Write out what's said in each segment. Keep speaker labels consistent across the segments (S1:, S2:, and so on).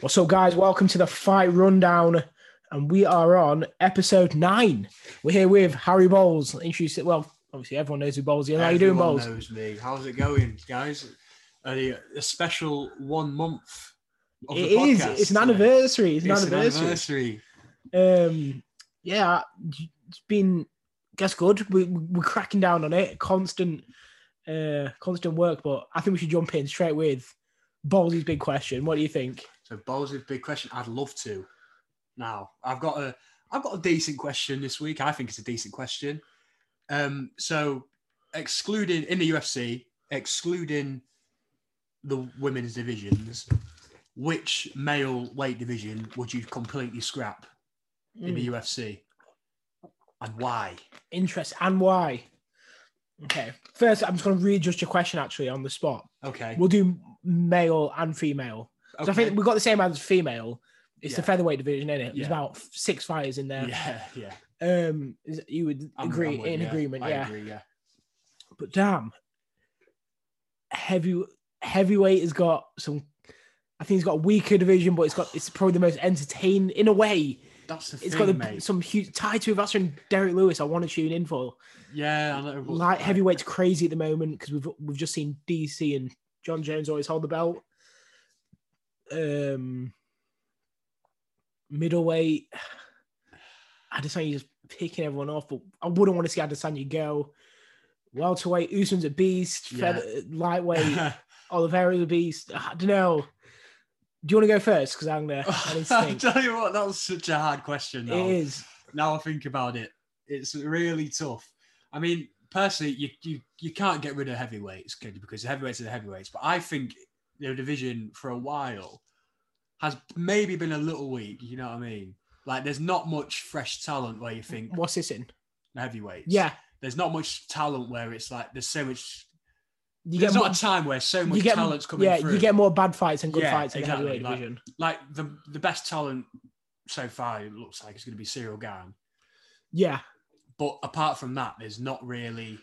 S1: What's up, guys? Welcome to the Fight Rundown, and we are on episode nine. We're here with Harry Bowles. Introduce it. Well, obviously everyone knows who Bowles is. How you doing,
S2: Everyone
S1: Bowles?
S2: Knows me. How's it going, guys? A, a special one month. Of
S1: It
S2: the
S1: is.
S2: podcast
S1: It's an
S2: today.
S1: anniversary. It's,
S2: It's
S1: an anniversary.
S2: anniversary.
S1: Um, yeah, it's been. Guess good. We, we're cracking down on it. Constant, uh, constant work. But I think we should jump in straight with Bowles's big question. What do you think?
S2: So Bowles, a big question. I'd love to. Now I've got a I've got a decent question this week. I think it's a decent question. Um, so excluding in the UFC, excluding the women's divisions, which male weight division would you completely scrap in
S1: Hmm.
S2: the UFC, and why?
S1: interest and why? Okay, first I'm just going to readjust your question actually on the spot.
S2: Okay.
S1: We'll do male and female. So I
S2: Okay.
S1: think we've got the same as female. It's the
S2: Yeah.
S1: featherweight division, isn't it? There's
S2: Yeah.
S1: about f- six fighters in there.
S2: Yeah, yeah.
S1: Um, is- you would
S2: I'm-
S1: agree
S2: I'm with
S1: in
S2: you.
S1: agreement,
S2: I
S1: yeah.
S2: agree, yeah.
S1: But damn, heavy heavyweight has got some. I think he's got a weaker division, but it's got it's probably the most entertaining in a way.
S2: That's the
S1: It's
S2: thing,
S1: got the,
S2: mate.
S1: some huge tie to Vassar and Derek Lewis. I want to tune in for.
S2: yeah, I know, but-
S1: light heavyweight's crazy at the moment because we've we've just seen DC and John Jones always hold the belt. Um, middleweight, Adesanya just picking everyone off, but I wouldn't want to see Adesanya go. Welterweight, Usman's a beast.
S2: Yeah.
S1: Feather, lightweight, Oliveira's a beast. I don't know. Do you want to go first? Because I'm gonna. I need to
S2: I
S1: think.
S2: tell you what, that was such a hard question.
S1: it
S2: Now,
S1: is.
S2: now I think about it, it's really tough. I mean, personally, you you, you can't get rid of heavyweights can you? because the heavyweights are the heavyweights. But I think the division for a while has maybe been a little weak. You know what I mean? Like, there's not much fresh talent where you think
S1: What's this in?
S2: heavyweights.
S1: Yeah,
S2: There's not much talent where it's like there's so much
S1: you
S2: There's
S1: get
S2: not a time where so
S1: more,
S2: much
S1: you get
S2: talent's coming
S1: yeah,
S2: through.
S1: you get more bad fights than good
S2: Yeah,
S1: fights in
S2: exactly,
S1: the heavyweight
S2: like-
S1: division.
S2: like the the best talent so far it looks like is going to be Cyril Gann.
S1: Yeah,
S2: But apart from that, there's not really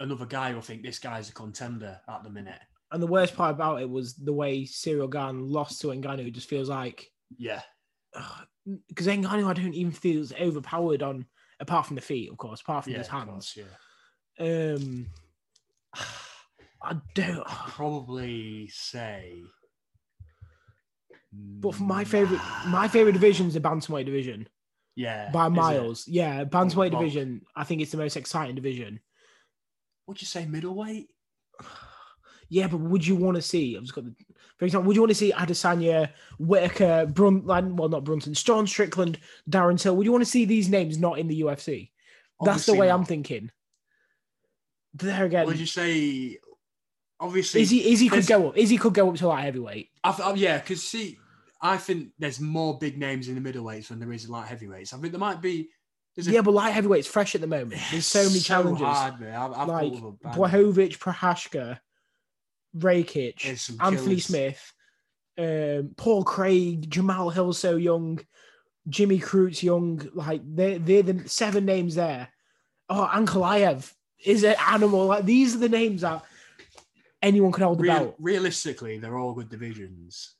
S2: another guy who will think this guy's a contender at the minute.
S1: And the worst part about it was the way Cyril Gan lost to Ngannou. It just feels like
S2: Yeah,
S1: because Ngannou, I don't even feel is overpowered on apart from the feet, of course, apart from
S2: yeah,
S1: his
S2: of
S1: hands.
S2: course, yeah.
S1: Um, I don't.
S2: I'd probably say.
S1: But for my favorite, my favorite division is the bantamweight division
S2: yeah,
S1: by
S2: is it?
S1: miles. Yeah, bantamweight
S2: Well-
S1: division. I think it's the most exciting division.
S2: Would you say middleweight?
S1: Yeah, but would you want to see? I've just got the, for example, would you want to see Adesanya, Whitaker, Brun, well, not Brunson, Sean Strickland, Darren Till? Would you want to see these names not in the UFC? That's the
S2: Obviously
S1: way
S2: not.
S1: I'm thinking. There again,
S2: Would you say? Obviously,
S1: Izzy, Izzy could
S2: there's-
S1: go up. Izzy could go up to light heavyweight.
S2: I, th- I, yeah, because see, I think there's more big names in the middleweights than there is in light heavyweights. I think there might be. There's a-
S1: Yeah, but light heavyweight's fresh at the moment. There's so many challenges.
S2: Hard, man. I've, I've
S1: like
S2: thought of a band.
S1: Blahovic, Prohashka, Rakic,
S2: There's some
S1: Anthony
S2: killers.
S1: Smith, um, Paul Craig, Jamal Hill, so young, Jimmy Cruz, young. Like they're, they're the seven names there. Oh, Ankalaev is an animal. Like these are the names that anyone could hold the
S2: Real-
S1: belt.
S2: realistically, they're all good divisions,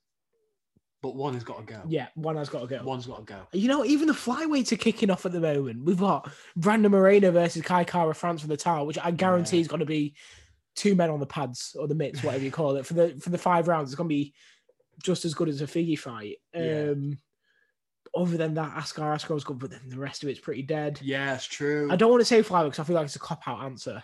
S2: but one has got to go.
S1: Yeah, one has got to go.
S2: one's got to go.
S1: You know, even the flyweights are kicking off at the moment. We've got Brandon Moreno versus Kai Kara France for the title, which I guarantee
S2: Yeah.
S1: is going to be two men on the pads or the mitts, whatever you call it, for the for the five rounds. It's going to be just as good as a figure fight. Um,
S2: Yeah.
S1: Other than that, Askar Askarov's good, but then the rest of it's pretty dead.
S2: Yeah, it's true.
S1: I don't want to say flyweight because I feel like it's a cop out answer.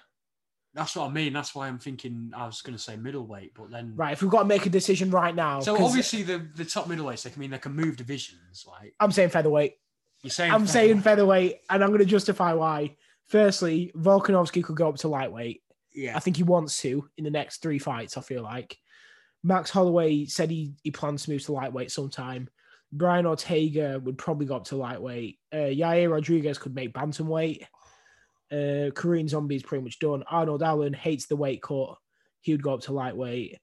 S2: That's what I mean. That's why I'm thinking I was going to say middleweight, but then
S1: Right, if we've got to make a decision right now,
S2: so
S1: 'cause
S2: obviously the the top middleweights. They can mean they can move divisions. Like
S1: I'm saying featherweight.
S2: you're saying,
S1: I'm saying featherweight, and I'm going to justify why. Firstly, Volkanovski could go up to lightweight.
S2: yeah,
S1: I think he wants to in the next three fights. I feel like Max Holloway said he, he plans to move to lightweight sometime. Brian Ortega would probably go up to lightweight. Uh, Yair Rodriguez could make bantamweight. Uh, Korean Zombie's pretty much done. Arnold Allen hates the weight cut. He would go up to lightweight.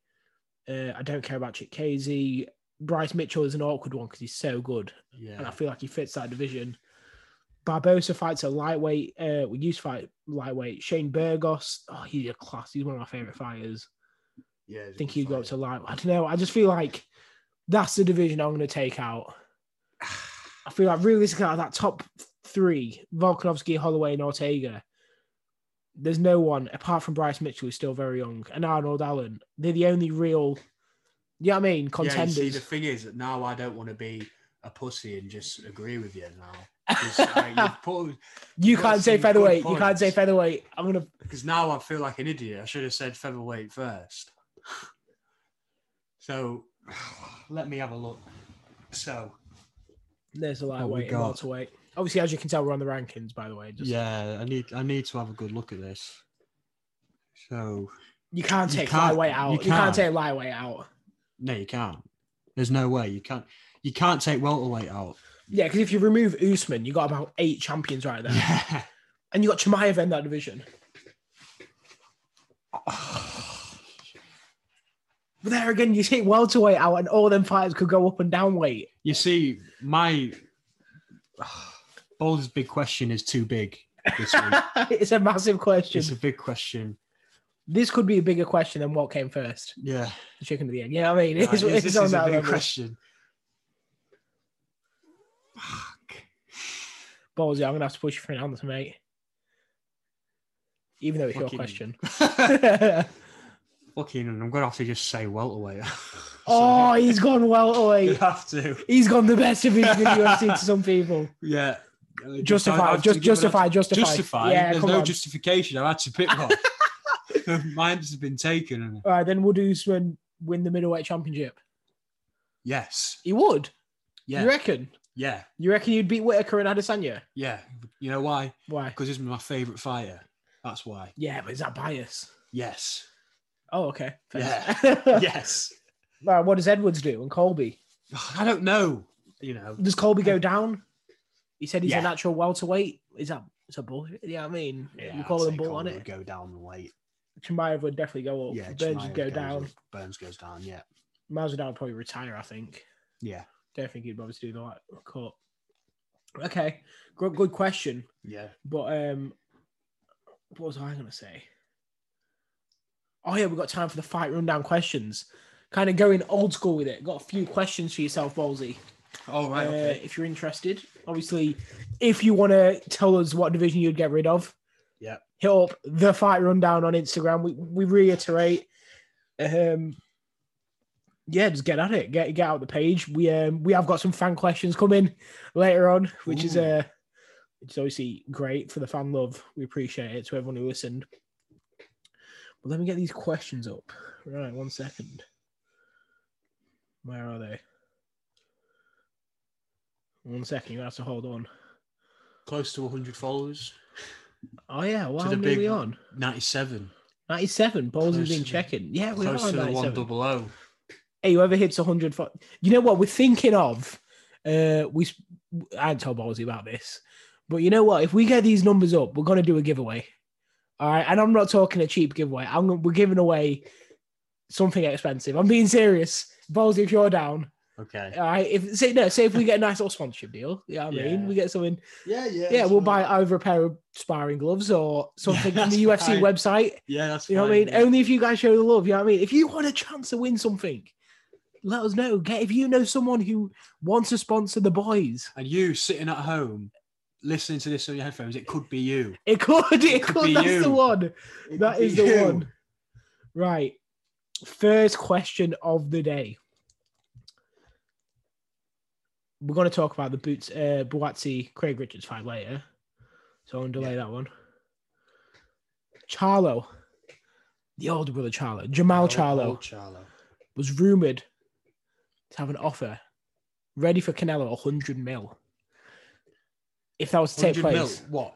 S1: Uh, I don't care about Chick Casey. Bryce Mitchell is an awkward one because he's so good, and I
S2: yeah.
S1: feel like he fits that division. Barbosa fights a lightweight. Uh, we used to fight lightweight. Shane Burgos. Oh, he's a class. He's one of my favorite fighters.
S2: Yeah,
S1: I think he'd go up to light. I don't know. I just feel like that's the division I'm going to take out. I feel like realistically, out of that top three, Volkanovski, Holloway, and Ortega, there's no one apart from Bryce Mitchell, who's still very young, and Arnold Allen. They're the only real, you know what I mean, contenders.
S2: Yeah, you see, the thing is that now I don't want to be a pussy and just agree with you now. 'Cause, like, you've put-
S1: you
S2: got
S1: can't say
S2: some good
S1: featherweight. You can't
S2: points.
S1: say featherweight. I'm gonna.
S2: Because now I feel like an idiot. I should have said featherweight first. So let me have a look. So
S1: There's a
S2: we
S1: lightweight, and
S2: got?
S1: welterweight. Obviously, as you can tell, we're on the rankings. By the way, just,
S2: yeah, I need I need to have a good look at this. So
S1: you can't
S2: You
S1: take
S2: can't-
S1: lightweight out.
S2: you
S1: You can't
S2: can't.
S1: take lightweight out.
S2: no, you can't. There's no way you can't. You can't take welterweight out.
S1: Yeah, because if you remove Usman, you got about eight champions right there,
S2: Yeah.
S1: and you got Chimaev in that division. But there again, you take welterweight out, and all them fighters could go up and down weight.
S2: You see, my Boulder's big question is too big. This week.
S1: it's a massive question.
S2: it's a big question.
S1: This could be a bigger question than what came first,
S2: Yeah,
S1: the chicken or the egg. Yeah, I mean, it's,
S2: Right,
S1: it's,
S2: this
S1: on
S2: is a
S1: that
S2: big
S1: level.
S2: question. Fuck.
S1: Ballsy, I'm gonna have to push you for an answer, mate. Even though it's your
S2: Fucking-
S1: question.
S2: Fucking, I'm gonna have to just say welterweight.
S1: oh,
S2: Sorry.
S1: he's gone welterweight.
S2: you have to.
S1: He's gone the best division in the UFC to some people.
S2: Yeah. Uh, just- I
S1: Justify, just
S2: have to give it up.
S1: justify, justify,
S2: Justify.
S1: Yeah,
S2: There's
S1: come
S2: no
S1: on.
S2: justification. I had to pick one. Mine's has been taken. and-
S1: All right, then would Usman win the middleweight championship?
S2: Yes.
S1: He would. You
S2: Yeah.
S1: reckon?
S2: Yeah.
S1: You reckon you'd beat Whitaker and Adesanya?
S2: Yeah. You know why?
S1: Why?
S2: Because he's my favorite fighter. That's why.
S1: Yeah, but is that bias?
S2: Yes.
S1: Oh, okay.
S2: Yeah.
S1: All
S2: yes.
S1: right, what does Edwards do and Colby?
S2: I don't know. You know.
S1: Does Colby go down? He said he's
S2: Uh, Yeah.
S1: a natural welterweight. Is that it's a bullshit? Yeah, I mean, you
S2: I'd
S1: call him
S2: say
S1: bull
S2: Cole
S1: on
S2: would
S1: it.
S2: Go down the weight.
S1: Chimaev would definitely go up.
S2: Yeah.
S1: Burns
S2: Chimaev
S1: would go
S2: goes
S1: down.
S2: up, Burns goes down. Yeah.
S1: Masvidal would probably retire. I think.
S2: Yeah.
S1: Don't think he'd bother to do the like cut. Okay, good, good question.
S2: Yeah.
S1: But um, what was I going to say? Oh yeah, we've got time for the fight rundown questions. Kind of going old school with it. Got a few questions for yourself, Bolsey.
S2: All right.
S1: uh,
S2: okay.
S1: if you're interested. Obviously, if you want to tell us what division you'd get rid of,
S2: Yep.
S1: hit up the fight rundown on Instagram. We we reiterate, um, yeah, just get at it, get get out the page. We um we have got some fan questions coming later on, which is
S2: Ooh.
S1: uh which is obviously great for the fan love. We appreciate it to everyone who listened. But let me get these questions up. Right, one second. Where are they? One second, you have to hold on.
S2: Close to 100 followers.
S1: Oh yeah, wow,
S2: the
S1: are
S2: big-
S1: we on?
S2: 97.
S1: 97. Bowles has
S2: Close
S1: been
S2: to the-
S1: checking. Yeah, we are
S2: Close
S1: on
S2: to the 1
S1: 97.
S2: double O.
S1: Hey, whoever hits 100, fo- you know what? We're thinking of. Uh, we s- I hadn't told Ballsy about this, but you know what? If we get these numbers up, we're gonna do a giveaway. All right, and I'm not talking a cheap giveaway. I'm gonna- we're giving away something expensive. I'm being serious, Ballsy. If you're down,
S2: Okay.
S1: all right. If say no, say if we get a nice little sponsorship deal, yeah, I mean,
S2: Yeah.
S1: we get something.
S2: Yeah. Yeah.
S1: Yeah, we'll buy either a pair of sparring gloves or something from the
S2: that's
S1: UFC
S2: fine.
S1: website.
S2: Yeah. That's
S1: You know what I
S2: fine,
S1: mean?
S2: yeah.
S1: Only if you guys show the love. You know what I mean? If you want a chance to win something, let us know. Get if you know someone who wants to sponsor the boys,
S2: and you sitting at home listening to this on your headphones, it could be you.
S1: it could. It,
S2: It
S1: could.
S2: could be
S1: that's the
S2: you.
S1: one.
S2: It
S1: that
S2: could be
S1: is the
S2: you.
S1: one. Right. First question of the day. We're going to talk about the boots, uh, Buatsi, Craig Richards fight later. So I'm going to delay that one. Charlo, the older brother Charlo, Jamal
S2: Oh,
S1: Charlo.
S2: oh, Charlo.
S1: was rumored to have an offer ready for Canelo 100 mil. If that was to take
S2: 100 mil.
S1: place,
S2: What?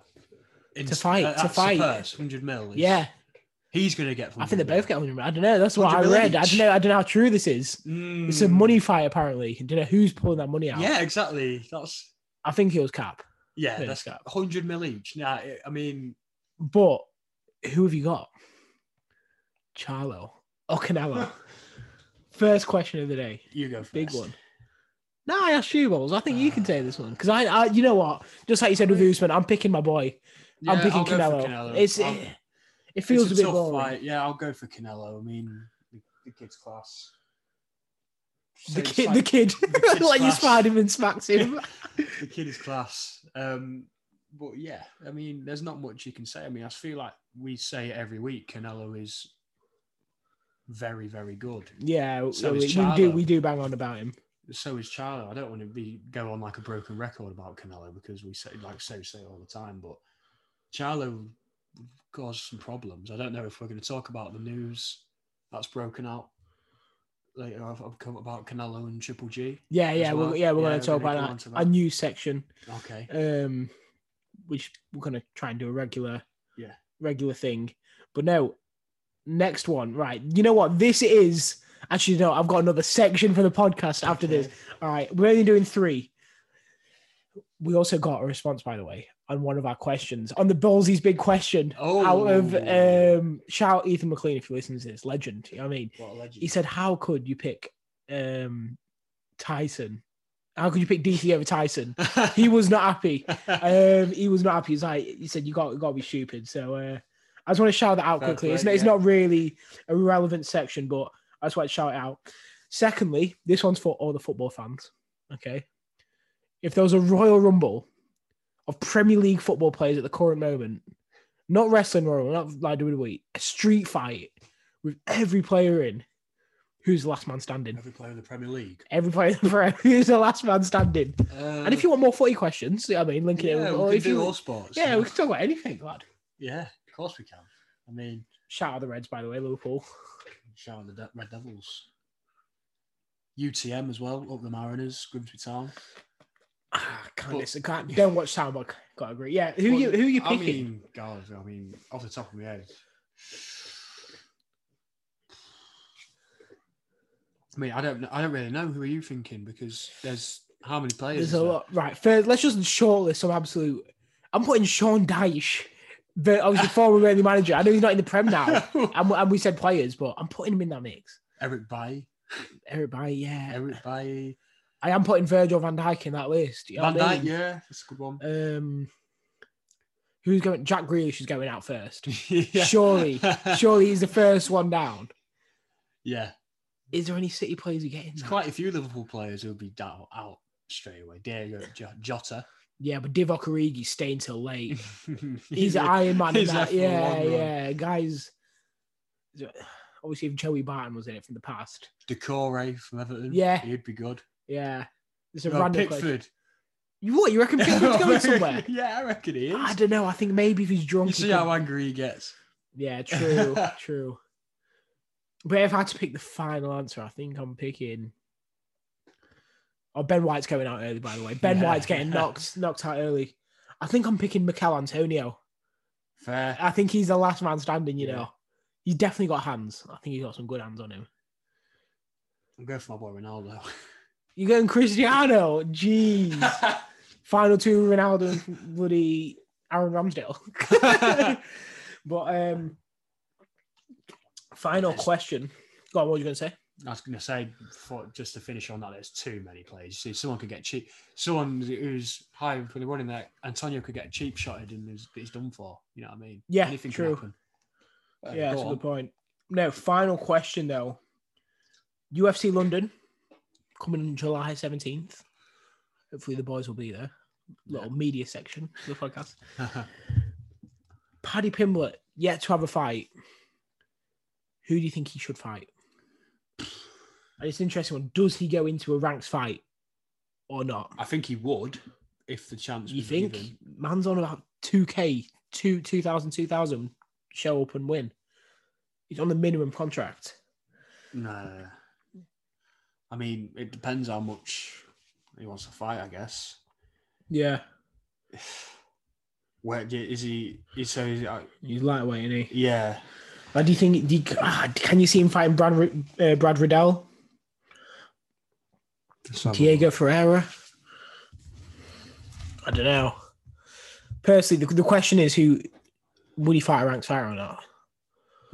S2: In-
S1: To fight,
S2: at-
S1: to
S2: at
S1: fight.
S2: Spurs, 100 mil. is-
S1: yeah,
S2: He's going to get.
S1: I think they both get 100 mil. I don't know. That's what I
S2: 100 mil
S1: read. I
S2: each. Hmm.
S1: don't know. I don't know how true this is. It's a money fight apparently. I don't know who's pulling that money out.
S2: Yeah, exactly. That's
S1: I think it was Cap.
S2: yeah.
S1: Yeah,
S2: That's
S1: Cap.
S2: 100 mil each. Nah, I- I mean,
S1: But who have you got? Charlo or Canelo? First question of the day.
S2: you go. First. Ah.
S1: Big one. No, I asked you, Bowles. I think you can take this one because I, I, you know what? Just like you said with Usman, I'm picking my boy. I'm picking
S2: I'll go for
S1: Canelo. It's
S2: I'll-
S1: it, it feels
S2: it's
S1: a bit boring.
S2: fight. Yeah, I'll go for Canelo. I mean, the, the kid's class.
S1: The
S2: Same
S1: kid,
S2: side-
S1: the kid,
S2: kid's
S1: like you
S2: class.
S1: spied him and smacked him.
S2: the kid is class. Um, but yeah, I mean, there's not much you can say. I mean, I feel like we say it every week. Canelo is very, very good.
S1: yeah,
S2: So
S1: we,
S2: is
S1: we do
S2: Charlo.
S1: we do bang on about him.
S2: So is Charlo. I don't want to be go on like a broken record about Canelo because we say like so say all the time. But Charlo caused some problems. I don't know if we're going to talk about the news that's broken out later. I've, I've come about Canelo and Triple G.
S1: Yeah,
S2: As
S1: yeah,
S2: well.
S1: we're, yeah. We're
S2: Yeah,
S1: going to
S2: we're
S1: talk
S2: gonna go
S1: about
S2: on
S1: that.
S2: to
S1: A
S2: that.
S1: new section,
S2: Okay.
S1: um, which we're going to try and do a regular,
S2: Yeah.
S1: regular thing. But no, next one, right? You know what? This is actually no. I've got another section for the podcast after
S2: Okay.
S1: this. All right, we're only doing three. We also got a response, by the way, on one of our questions on the Ballsy's big question
S2: Oh,
S1: out of um, shout Ethan McLean if you listen to this legend. You know what I mean,
S2: what a legend.
S1: he said, "How could you pick um, Tyson? How could you pick DC over Tyson?" He was not happy. Um, he was not happy. He's like he said, "You got you got to be stupid." So uh, I just want to shout that out
S2: Fair
S1: quickly.
S2: play,
S1: it's, not, it's
S2: yeah.
S1: not really a relevant section, but I just want to shout it out. Secondly, this one's for all the football fans. Okay, if there was a Royal Rumble of Premier League football players at the current moment, not wrestling Royal, not like WWE, a street fight with every player in, who's the last man standing?
S2: Every player in the Premier League.
S1: Every player, who's the last man standing? And if you want more footy questions, you know what I mean,
S2: Uh, yeah, we
S1: linking it,
S2: can
S1: with- or if
S2: do
S1: you,
S2: all sports.
S1: yeah, we can talk about anything, lad.
S2: yeah, of course we can. I mean,
S1: Shout out the Reds, by the way, Liverpool.
S2: shout out the De- Red Devils, UTM as well, up the Mariners, Grimsby Town.
S1: Ah, can't
S2: But-
S1: listen, can't, don't watch Soundbug. Gotta agree. Yeah, who you who you
S2: I
S1: picking?
S2: mean, God, I mean, off the top of my head. I mean, I don't, kn- I don't really know who are you thinking because there's how many players?
S1: There's
S2: is
S1: a
S2: there?
S1: lot. Right, first, let's just shortlist some absolute. I'm putting Sean Dyche, the obviously former Burnley manager. I know he's not in the Prem now, and, we- and we said players, but I'm putting him in that mix.
S2: Eric Bay,
S1: Eric Bailly, yeah.
S2: Eric Bay,
S1: I am putting Virgil Van Dijk in that list. you know
S2: Van
S1: what I
S2: Dyke.
S1: mean?
S2: Yeah, that's a good one.
S1: Um, who's going? Jack Grealish is going out first.
S2: Yeah.
S1: Surely, surely he's the first one down.
S2: yeah.
S1: Is there any City players who get in?
S2: There's
S1: that?
S2: quite a few Liverpool players who'll be down out straight away. Diego J- Jota.
S1: Yeah, but Divock Origi's staying till late. He's
S2: he's
S1: an Iron Man. in
S2: he's there
S1: that.
S2: for the long
S1: Yeah,
S2: run.
S1: yeah, guys. Obviously, if Joey Barton was in it from the past,
S2: Decore from Everton.
S1: Yeah.
S2: He'd be good.
S1: yeah, it's a
S2: Oh,
S1: random question.
S2: Pickford.
S1: You what? You reckon Pickford's going somewhere?
S2: yeah, I reckon he
S1: I
S2: is.
S1: don't know. I think maybe if he's drunk,
S2: You
S1: he
S2: see
S1: could-
S2: how angry he gets.
S1: yeah, true, true. But if I had to pick the final answer, I think I'm picking. Oh, Ben White's going out early, by the way. Ben
S2: Yeah.
S1: White's getting knocked knocked out early. I think I'm picking Mikel Antonio.
S2: Fair.
S1: I think he's the last man standing, you
S2: Yeah.
S1: know. He's definitely got hands. I think he's got some good hands on him.
S2: I'm going for my boy Ronaldo.
S1: You're going Cristiano. Jeez. Final two Ronaldo and bloody Aaron Ramsdale. but um final
S2: Yes.
S1: question. Go on, what were you gonna say?
S2: I was going to say, for, just to finish on that, there's too many plays. You see, someone could get cheap. Someone who's high and fully running there, Antonio could get cheap shotted and he's, he's done for. You know what I mean?
S1: Yeah,
S2: Anything
S1: true.
S2: Can happen. Uh,
S1: yeah,
S2: go
S1: that's a
S2: on.
S1: good point. No, final question though. UFC London coming on July 17th. Hopefully the boys will be there. Little media section for the podcast. Paddy Pimblett yet to have a fight. Who do you think he should fight? And it's an interesting one. Does he go into a ranks fight or not?
S2: I think he would if the chance.
S1: You
S2: was
S1: think
S2: given.
S1: man's on about 2k, two, 2000, 2000, show up and win. He's on the minimum contract.
S2: No. I mean, it depends how much he wants to fight. I guess.
S1: Yeah,
S2: Where do- is he? Is so? Is, uh,
S1: he's lightweight, isn't he?
S2: yeah.
S1: But do you think? Do you, ah, can you see him fighting Brad, Ri- uh, Brad Riddell,
S2: So-
S1: Diego Ferreira? I don't know. Personally, the, the question is who would he fight a ranked fighter or not?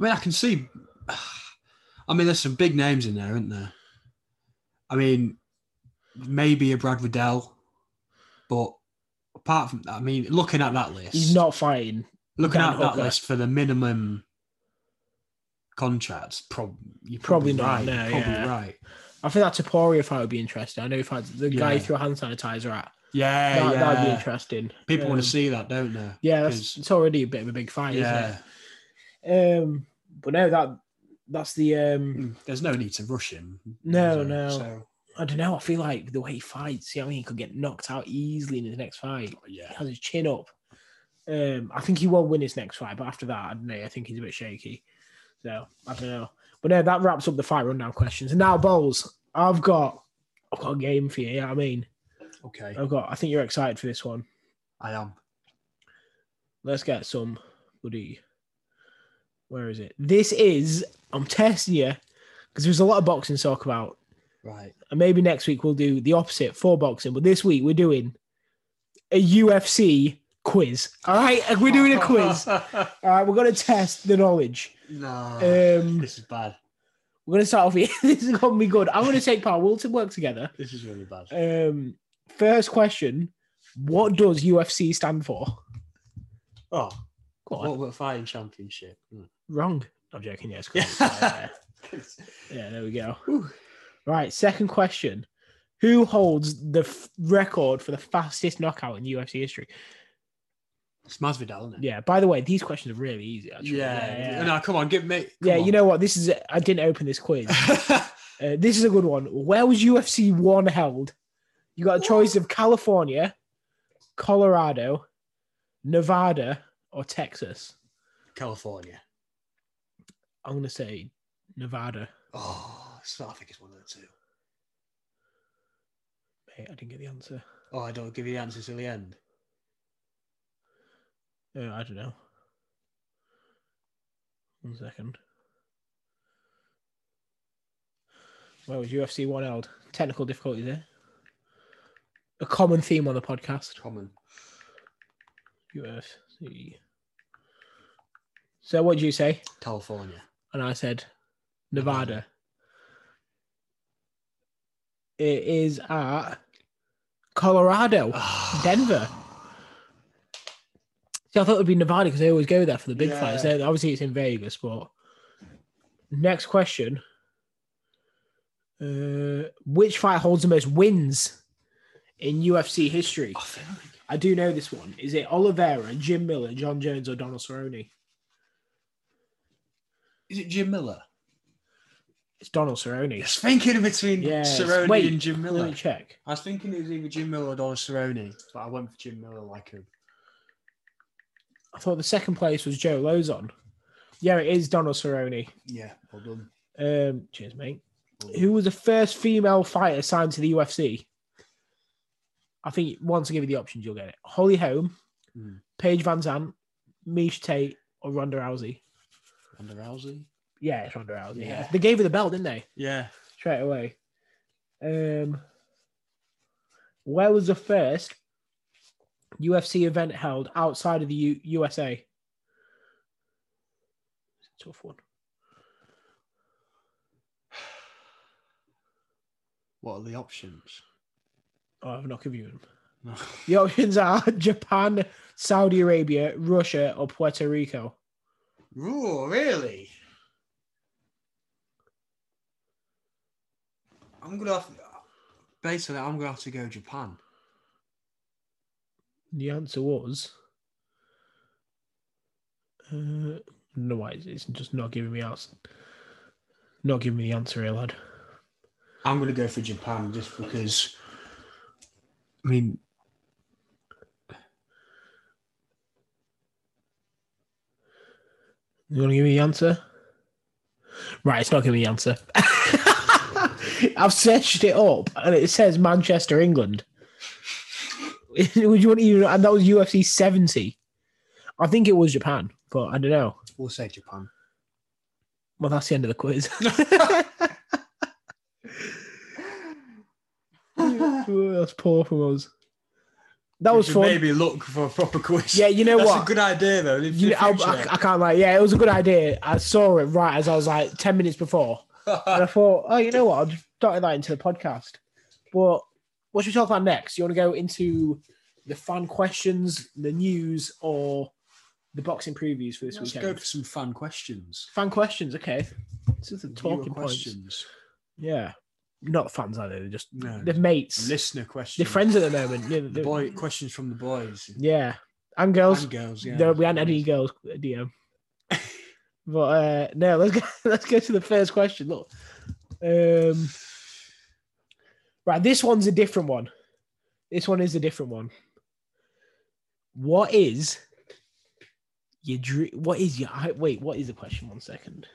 S2: I mean, I can see. I mean, there's some big names in there, aren't there? I mean, maybe a Brad Riddell, but apart from that, I mean, looking at that list,
S1: He's not fighting.
S2: looking
S1: Dan
S2: at that
S1: Hooker.
S2: list for the minimum contracts, prob- you're
S1: Probably
S2: probably,
S1: not,
S2: right.
S1: no,
S2: You're probably
S1: yeah.
S2: right.
S1: I think that Taporia fight would be interesting. I know if I, the guy
S2: Yeah.
S1: who threw a hand sanitizer at
S2: Yeah,
S1: that,
S2: yeah.
S1: that'd be interesting.
S2: People want
S1: Um,
S2: to see that, don't they?
S1: Yeah, that's,
S2: 'Cause-
S1: it's already a bit of a big fight,
S2: yeah.
S1: isn't it? Um, but no, that that's the um,
S2: Mm, There's no need to rush him.
S1: No,
S2: is there?
S1: no.
S2: So,
S1: I don't know. I feel like the way he fights, you know, what I mean, he could get knocked out easily in his next fight. He
S2: yeah.
S1: has his chin up. Um, I think he will win his next fight, but after that, I don't know. I think he's a bit shaky. So I don't know. But no, that wraps up the fight rundown questions. And now, Bowles, I've got, I've got a game for you. Yeah, I mean,
S2: Okay.
S1: I've got. I think you're excited for this one.
S2: I am.
S1: Let's get some bloody. Where is it? This is. I'm testing you because there's a lot of boxing to talk about,
S2: Right.
S1: and maybe next week we'll do the opposite for boxing. But this week we're doing a UFC quiz. All right, we're doing a quiz. All right, we're gonna test the knowledge.
S2: no.
S1: Um,
S2: this is bad.
S1: we're gonna start off here. this is gonna be good. I'm gonna take part. We'll to work together.
S2: This is really bad.
S1: Um, first question: What does UFC stand for?
S2: Oh,
S1: Go on.
S2: what about fighting championship? Mm.
S1: Wrong. I'm joking. Yes.
S2: Yeah.
S1: Yeah. Yeah, there we go. Right, second question. Who holds the f- record for the fastest knockout in UFC history?
S2: it's Masvidal, isn't it?
S1: Yeah, by the way, these questions are really easy, actually.
S2: Yeah.
S1: yeah, yeah.
S2: No, come on, give me. come
S1: Yeah,
S2: on.
S1: you know what? This is, I didn't open this quiz. Uh, this is a good one. Where was UFC 1 held? You got a choice of California, Colorado, Nevada, or Texas.
S2: California.
S1: I'm going to say Nevada.
S2: Oh, so I think it's one of the two.
S1: Mate, I didn't get the answer.
S2: Oh, I don't give you the answer till the end.
S1: Uh, I don't know. One second. Where was UFC 1 held? Technical difficulties there. A common theme on the podcast.
S2: Common.
S1: UFC. So what did you say?
S2: California.
S1: And I said Nevada. It is at Colorado.
S2: Oh.
S1: Denver. See, I thought it would be Nevada because they always go there for the big
S2: Yeah.
S1: fights. They- Obviously, it's in Vegas, but next question: uh, Which fight holds the most wins in UFC history?
S2: I feel like-
S1: I do know this one. Is it Oliveira, Jim Miller, John Jones, or Donald Cerrone?
S2: Is it Jim Miller?
S1: It's Donald Cerrone.
S2: I was thinking between
S1: Yes.
S2: Cerrone
S1: Wait.
S2: and Jim
S1: Let
S2: Miller.
S1: me check.
S2: I was thinking it was either Jim Miller or Donald Cerrone, but I went for Jim Miller like a
S1: I thought the second place was Joe Lozon. Yeah, it is Donald Cerrone.
S2: yeah. Well done.
S1: Um, cheers, mate.
S2: Well done.
S1: who was the first female fighter signed to the UFC? I think once I give you the options, you'll get it. Holly Holm,
S2: Hmm.
S1: Paige Van Zandt, Mish Tate, or Ronda Rousey.
S2: Ronda Rousey.
S1: Yeah, it's Ronda Rousey. Yeah.
S2: Yeah.
S1: They gave her the belt, didn't they?
S2: Yeah.
S1: Straight away. Um, where was the first UFC event held outside of the U- USA? Tough one.
S2: What are the options?
S1: Oh, I've not given you them.
S2: No.
S1: The options are Japan, Saudi Arabia, Russia, or Puerto Rico.
S2: Ooh, really? I'm gonna have based on that, I'm gonna have to go Japan.
S1: The answer was. Uh, no, why it's- it's just not giving me out. Not giving me the answer here, lad.
S2: I'm gonna go for Japan just because I mean
S1: You want to give me the answer? Right, it's not giving me the answer. I've searched it up and it says Manchester, England. Would you want to even? And that was UFC 70. I think it was Japan, but I don't know.
S2: we'll say Japan.
S1: Well, that's the end of the quiz. that's poor from us. That was
S2: We should
S1: fun.
S2: Maybe look for a proper quiz.
S1: Yeah, you know
S2: That's
S1: what?
S2: a good idea though. in
S1: You
S2: the
S1: know, I,
S2: future.
S1: I- I can't lie. Yeah, it was a good idea. I saw it right as I was like 10 minutes before. And I thought, oh, you know what? I'll just dot that into the podcast. But What should we talk about next? You want to go into the fan questions, the news, or the boxing previews for this
S2: Let's
S1: weekend?
S2: go for some fan questions.
S1: Fan questions, okay. This is the
S2: Viewer
S1: talking points.
S2: questions.
S1: Yeah. Not fans, are they? They're just
S2: No.
S1: they're mates.
S2: Listener questions.
S1: They're friends at the moment. Yeah,
S2: The
S1: they're-
S2: boy questions from the boys.
S1: yeah. And girls.
S2: And girls, yeah.
S1: There, we haven't had any girls at DM. but uh, no, let's go, let's go to the first question. Look, um, right, this one's a different one. This one is a different one. What is your dream? What is your I- wait? What is the question? One second.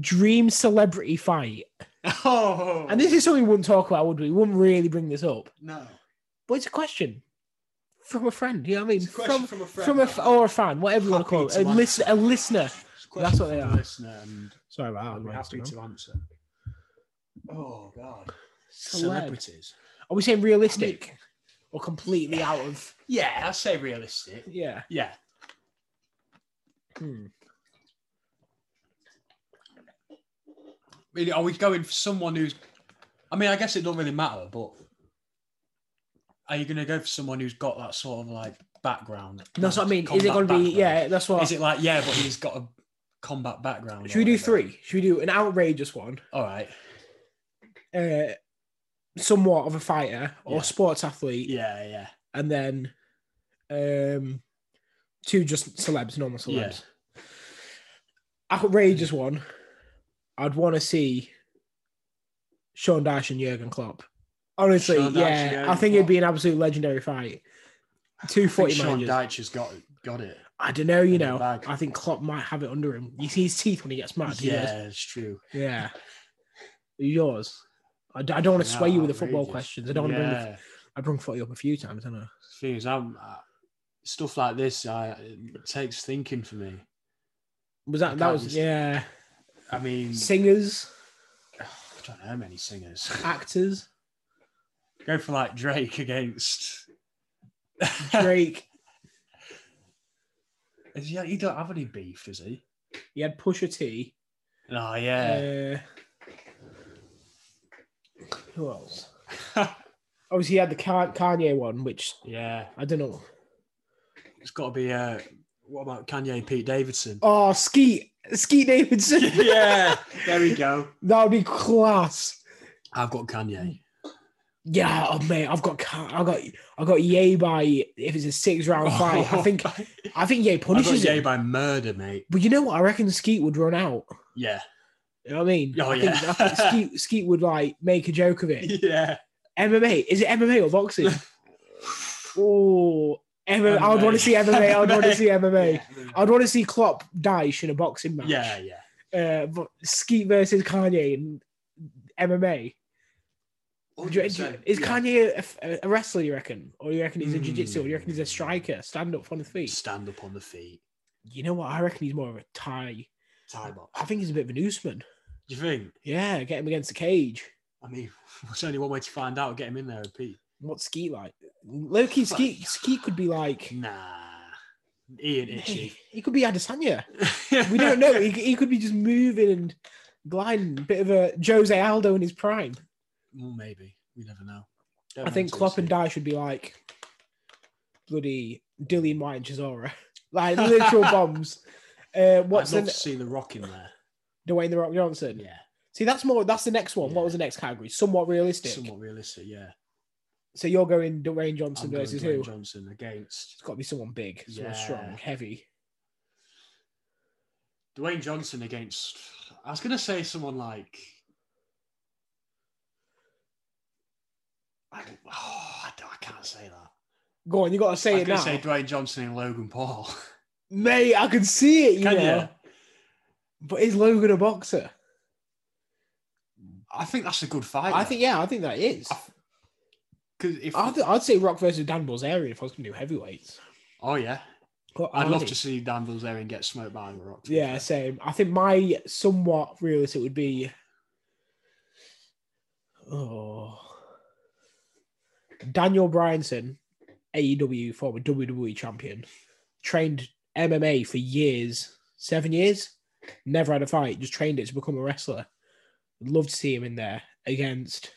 S1: Dream celebrity fight,
S2: Oh,
S1: and this is something we wouldn't talk about, would we? We wouldn't really bring this up,
S2: no.
S1: but it's a question from a friend. You know what I mean?
S2: It's a question from, a friend.
S1: from a f- or a fan, whatever you want to
S2: Happy
S1: call it,
S2: to
S1: a,
S2: answer.
S1: listen, a listener.
S2: It's a question
S1: that's what they
S2: from a
S1: are.
S2: Listener, and
S1: Sorry
S2: I'll
S1: about
S2: be
S1: that.
S2: happy to answer. Oh God,
S1: Celeb.
S2: celebrities.
S1: Are we saying realistic or completely out of?
S2: Yeah, I say realistic.
S1: Yeah.
S2: Yeah,
S1: Hmm.
S2: I mean, are we going for someone who's? I mean, I guess it don't really matter, but are you going to go for someone who's got that sort of like background?
S1: That's what I
S2: Like,
S1: mean. Is it going
S2: combat
S1: to be?
S2: background?
S1: Yeah, that's what.
S2: Is it like yeah, but he's got a combat background?
S1: Should
S2: or
S1: we do
S2: whatever?
S1: three? Should we do an outrageous one?
S2: All right.
S1: Uh, somewhat of a fighter or
S2: Yeah.
S1: sports athlete,
S2: Yeah, yeah.
S1: and then um, two just celebs, normal celebs. Outrageous one. I'd want to see Sean Dyche and Jurgen Klopp. Honestly,
S2: Sean Dyche
S1: yeah,
S2: and Jurgen
S1: I think it'd
S2: Klopp.
S1: be an absolute legendary fight. Two
S2: I think
S1: forty
S2: Sean
S1: managers.
S2: Deitch has got got it.
S1: I don't know, you
S2: in the
S1: know.
S2: bag.
S1: I think Klopp might have it under him. You see his teeth when he gets mad. he does.
S2: yeah, it's true.
S1: yeah. Yours. I, d- I don't want to
S2: Yeah,
S1: sway you with the football
S2: outrageous.
S1: questions. I don't want to bring. The,
S2: Yeah.
S1: I bring footy up a few times, don't I?
S2: thing is, I'm I, stuff like this. I, it takes thinking for me.
S1: Was
S2: I
S1: that that
S2: can't
S1: was
S2: just-
S1: yeah?
S2: I mean,
S1: Singers,
S2: I don't know many singers.
S1: actors,
S2: Go for like Drake against.
S1: Drake.
S2: Is he, he don't have any beef, does he?
S1: he had Pusha T.
S2: Oh yeah.
S1: Uh, who else? Obviously, he had the Kan- Kanye one, which
S2: yeah,
S1: I don't know.
S2: it's got to be. Uh, what about Kanye and Pete Davidson?
S1: Oh, Skeet, Skeet Davidson.
S2: yeah, there we go.
S1: that would be class.
S2: I've got Kanye.
S1: Yeah, oh, mate, I've got, Ka- I got, I got Ye by if it's a six round fight. Oh, I think, I think Ye
S2: I've Oh. got
S1: punishes
S2: Ye
S1: him.
S2: by murder, mate.
S1: But you know what? I reckon Skeet would run out.
S2: Yeah,
S1: You know what I mean?
S2: Oh,
S1: I
S2: yeah.
S1: think, I think Skeet, Skeet would like make a joke of it.
S2: yeah.
S1: MMA, is it MMA or boxing? oh, MMA. I would want to see MMA. I would want to see MMA. I'd want to see Klopp Dyche in a boxing match.
S2: Yeah, yeah.
S1: Uh, but Skeet versus Kanye in MMA. Do you- do you- is
S2: Yeah.
S1: Kanye a, a wrestler, you reckon? Or you reckon he's a jiu jitsu? Or you reckon he's a
S2: Mm.
S1: striker? Stand up on his feet?
S2: stand up on the feet,
S1: You know what? I reckon he's more of a Thai.
S2: tie box.
S1: I think he's a bit of an Usman.
S2: Do you think?
S1: Yeah, get him against the cage.
S2: I mean, there's only one way to find out. Get him in there and Pete.
S1: What's Skeet like? Low key, Skeet, Skeet could be like.
S2: Nah, Ian
S1: He,
S2: Itchy.
S1: he could be Adesanya. We don't know. He, he could be just moving and gliding. Bit of a Jose Aldo in his prime.
S2: well, maybe we never know. Don't
S1: I
S2: know
S1: think
S2: until
S1: Klopp and
S2: we
S1: Dye should be like bloody Dillian White and Chisora. Like literal bombs. Uh,
S2: see.
S1: what's
S2: I'd love
S1: the
S2: to see the Rock in there.
S1: Dwayne the Rock Johnson?
S2: Yeah,
S1: See, that's more. That's the next one.
S2: Yeah.
S1: What was the next category? Somewhat realistic.
S2: somewhat realistic. Yeah,
S1: So you're going Dwayne
S2: I'm
S1: Johnson
S2: going
S1: versus
S2: Dwayne
S1: who?
S2: Johnson against
S1: It's got to be someone big, someone
S2: Yeah.
S1: strong, heavy.
S2: Dwayne Johnson against. I was gonna say someone like. I, don't- oh, I, don't- I can't say that.
S1: Go on, you got to say
S2: I
S1: it
S2: could
S1: now,
S2: say Dwayne Johnson and Logan Paul.
S1: mate. I can see it. You
S2: Can
S1: know,
S2: ya?
S1: but is Logan a boxer?
S2: I think that's a good fight.
S1: I think yeah, I think that is.
S2: because if
S1: I'd, I'd say Rock versus Dan Bilzerian if I was going to do heavyweights.
S2: oh yeah,
S1: But
S2: I'd love
S1: think-
S2: to see Dan Bilzerian get smoked by the Rock. to be
S1: Yeah,
S2: fair.
S1: same. I think my somewhat realistic would be oh Daniel Bryanson, AEW former WWE champion, trained MMA for years, seven years, never had a fight, just trained it to become a wrestler. Love to see him in there against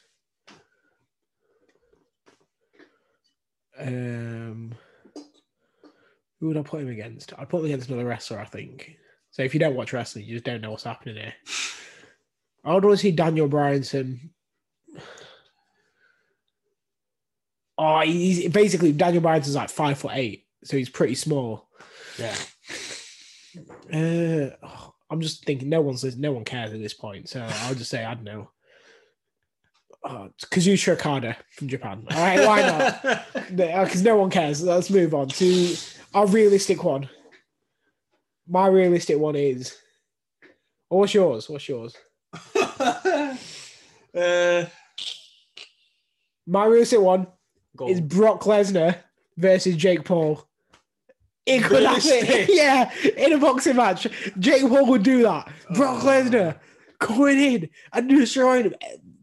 S1: Um, who would I put him against? I'd put him against another wrestler, I think. So if you don't watch wrestling, you just don't know what's happening here. I would want to see Daniel Bryanson. Oh, he's basically Daniel Bryanson's like five foot eight, so he's pretty small.
S2: Yeah.
S1: Uh, oh, I'm just thinking no one's no one cares at this point, so I'll just say I don't know. Oh, it's Kazuchika Okada from Japan. All right, why not? Because no one cares. Let's move on to our realistic one. My realistic one is. Or what's yours? What's yours?
S2: uh,
S1: My realistic one
S2: go
S1: is
S2: on.
S1: Brock Lesnar versus Jake Paul. It could happen.
S2: Realistic.
S1: Yeah, in a boxing match, Jake Paul would do that. Brock
S2: Oh.
S1: Lesnar going in and destroying him.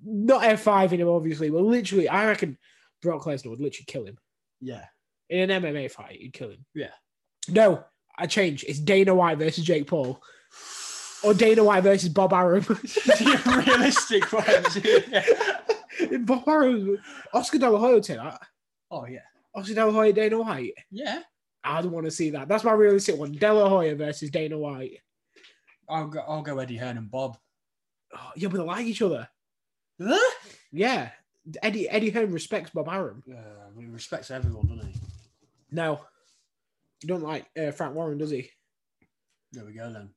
S1: Not F5 him, obviously, but literally, I reckon Brock Lesnar would literally kill him.
S2: Yeah.
S1: in an MMA fight, you'd kill him.
S2: Yeah.
S1: No, I changed. It's Dana White versus Jake Paul, or Dana White versus Bob Arum.
S2: realistic ones.
S1: Bob Arum, Oscar De La Hoya did that.
S2: Oh yeah.
S1: Oscar De La Hoya, Dana White.
S2: Yeah.
S1: I don't want to see that. That's my realistic one. De La Hoya versus Dana White.
S2: I'll go. I'll go Eddie Hearn and Bob.
S1: Oh, yeah, but they like each other.
S2: Uh,
S1: Yeah. Eddie Eddie Hearn respects Bob Arum.
S2: he respects everyone, doesn't he?
S1: No, you don't like uh, Frank Warren, does he?
S2: There we go then.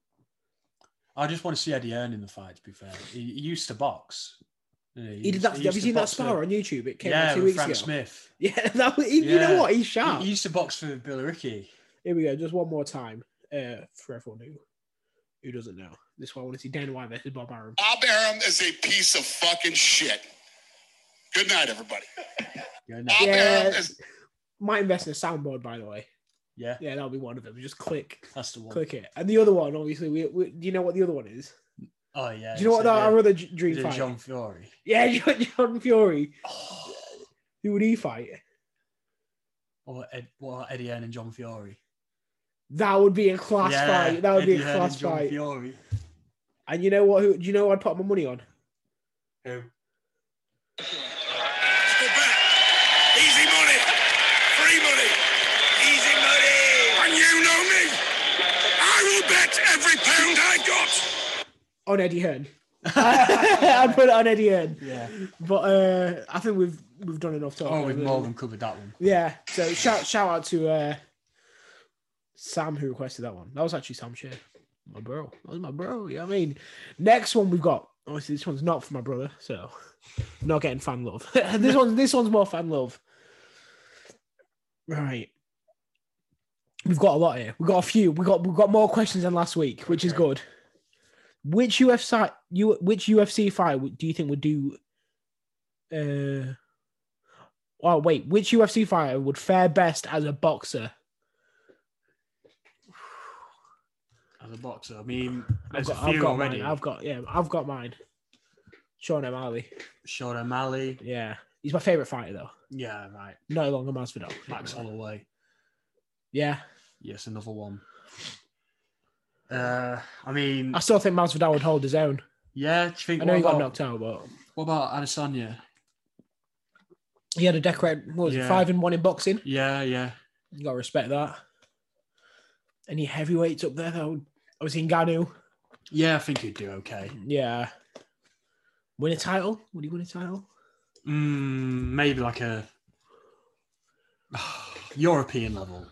S2: I just want to see Eddie Hearn in the fight. To be fair, he, he used to box. Yeah,
S1: He did
S2: used-
S1: that.
S2: he
S1: Have
S2: used
S1: you
S2: to
S1: seen that
S2: box for-
S1: spar on YouTube? It came out
S2: Yeah,
S1: two
S2: with
S1: weeks
S2: Frank
S1: ago. Ah.
S2: Smith.
S1: Yeah, that, was- he- you know
S2: Yeah.
S1: what? He's
S2: He,
S1: sharp.
S2: he used to box for Bill Ricky.
S1: Here we go. Just one more time uh, for everyone who who doesn't know. This one I want to see Dana White versus Bob Arum.
S3: Bob Arum is a piece of fucking shit. Good night, everybody.
S2: Yeah.
S3: Bob
S1: Yeah.
S3: Arum is
S1: Might invest in a soundboard, by the way.
S2: yeah,
S1: Yeah, that'll be one of them. Just click,
S2: that's the one.
S1: click it. And the other one, obviously, we, we do you know what the other one is?
S2: Oh yeah.
S1: Do you know what
S2: it's, uh,
S1: our other d- dream
S2: it's, uh,
S1: fight?
S2: John Fury.
S1: Yeah, John, John Fury. Who would he fight?
S2: Or Ed, what Eddie Hearn and John Fury.
S1: That would be a class
S2: Yeah,
S1: fight. That would be
S2: Eddie
S1: a
S2: Hearn
S1: class
S2: and John
S1: fight.
S2: Fury.
S1: And you know what? Who do you know? What I'd put my money on.
S2: Who?
S3: Go back. Easy money. Free money. Easy money. And you know me. I will bet every pound I got.
S1: On Eddie Hearn. I'd put it on Eddie Hearn.
S2: Yeah.
S1: But uh, I think we've we've done enough talking.
S2: Oh, we've
S1: haven't
S2: more than covered that one.
S1: Yeah. So shout shout out to uh, Sam who requested that one. That was actually Sam Shea. My bro. That was my bro. You know what I mean? Next one we've got. Obviously, this one's not for my brother, so I'm not getting fan love. this one's this one's more fan love. Right. We've got a lot here. We've got a few. We got we've got more questions than last week, which is
S2: Okay.
S1: good. Which UFC you which UFC fight would- do you think would do uh Oh wait, which UFC fighter would fare best as a boxer?
S2: As a boxer, I mean,
S1: I've
S2: there's
S1: got,
S2: a
S1: I've
S2: few
S1: got
S2: already.
S1: mine. I've got yeah, I've got mine. Sean O'Malley.
S2: Sean O'Malley.
S1: Yeah, he's my favorite fighter though.
S2: Yeah, right.
S1: No longer Masvidal.
S2: Max Holloway.
S1: Yeah,
S2: Yes, another one. Uh, I mean,
S1: I still think Masvidal would hold his own.
S2: yeah. Do you think
S1: I know
S2: what,
S1: he got
S2: about,
S1: knocked out, but
S2: what about Adesanya?
S1: he had a decade. What was it,
S2: Yeah.
S1: five and one in boxing?
S2: Yeah, yeah,
S1: You gotta respect that. Any heavyweights up there though? Obviously Ngannou.
S2: yeah. I think he'd do okay.
S1: Yeah. Win a title? Would he win a title?
S2: Mm, maybe like a European level,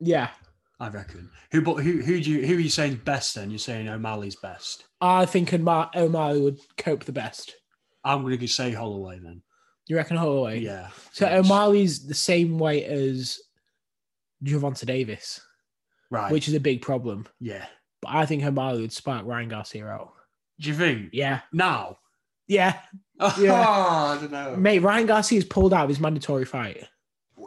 S1: Yeah,
S2: I reckon. Who, but who, who do you, who are you saying best? Then you're saying O'Malley's best.
S1: I think Omar- O'Malley would cope the best.
S2: I'm going to say Holloway then.
S1: You reckon Holloway?
S2: Yeah.
S1: So
S2: Yes.
S1: O'Malley's the same weight as Javante Davis,
S2: Right.
S1: which is a big problem.
S2: yeah.
S1: But I think O'Malley would spark Ryan Garcia out.
S2: Do you think
S1: Yeah.
S2: now?
S1: Yeah.
S2: Yeah. I don't know.
S1: Mate, Ryan Garcia's pulled out of his mandatory fight.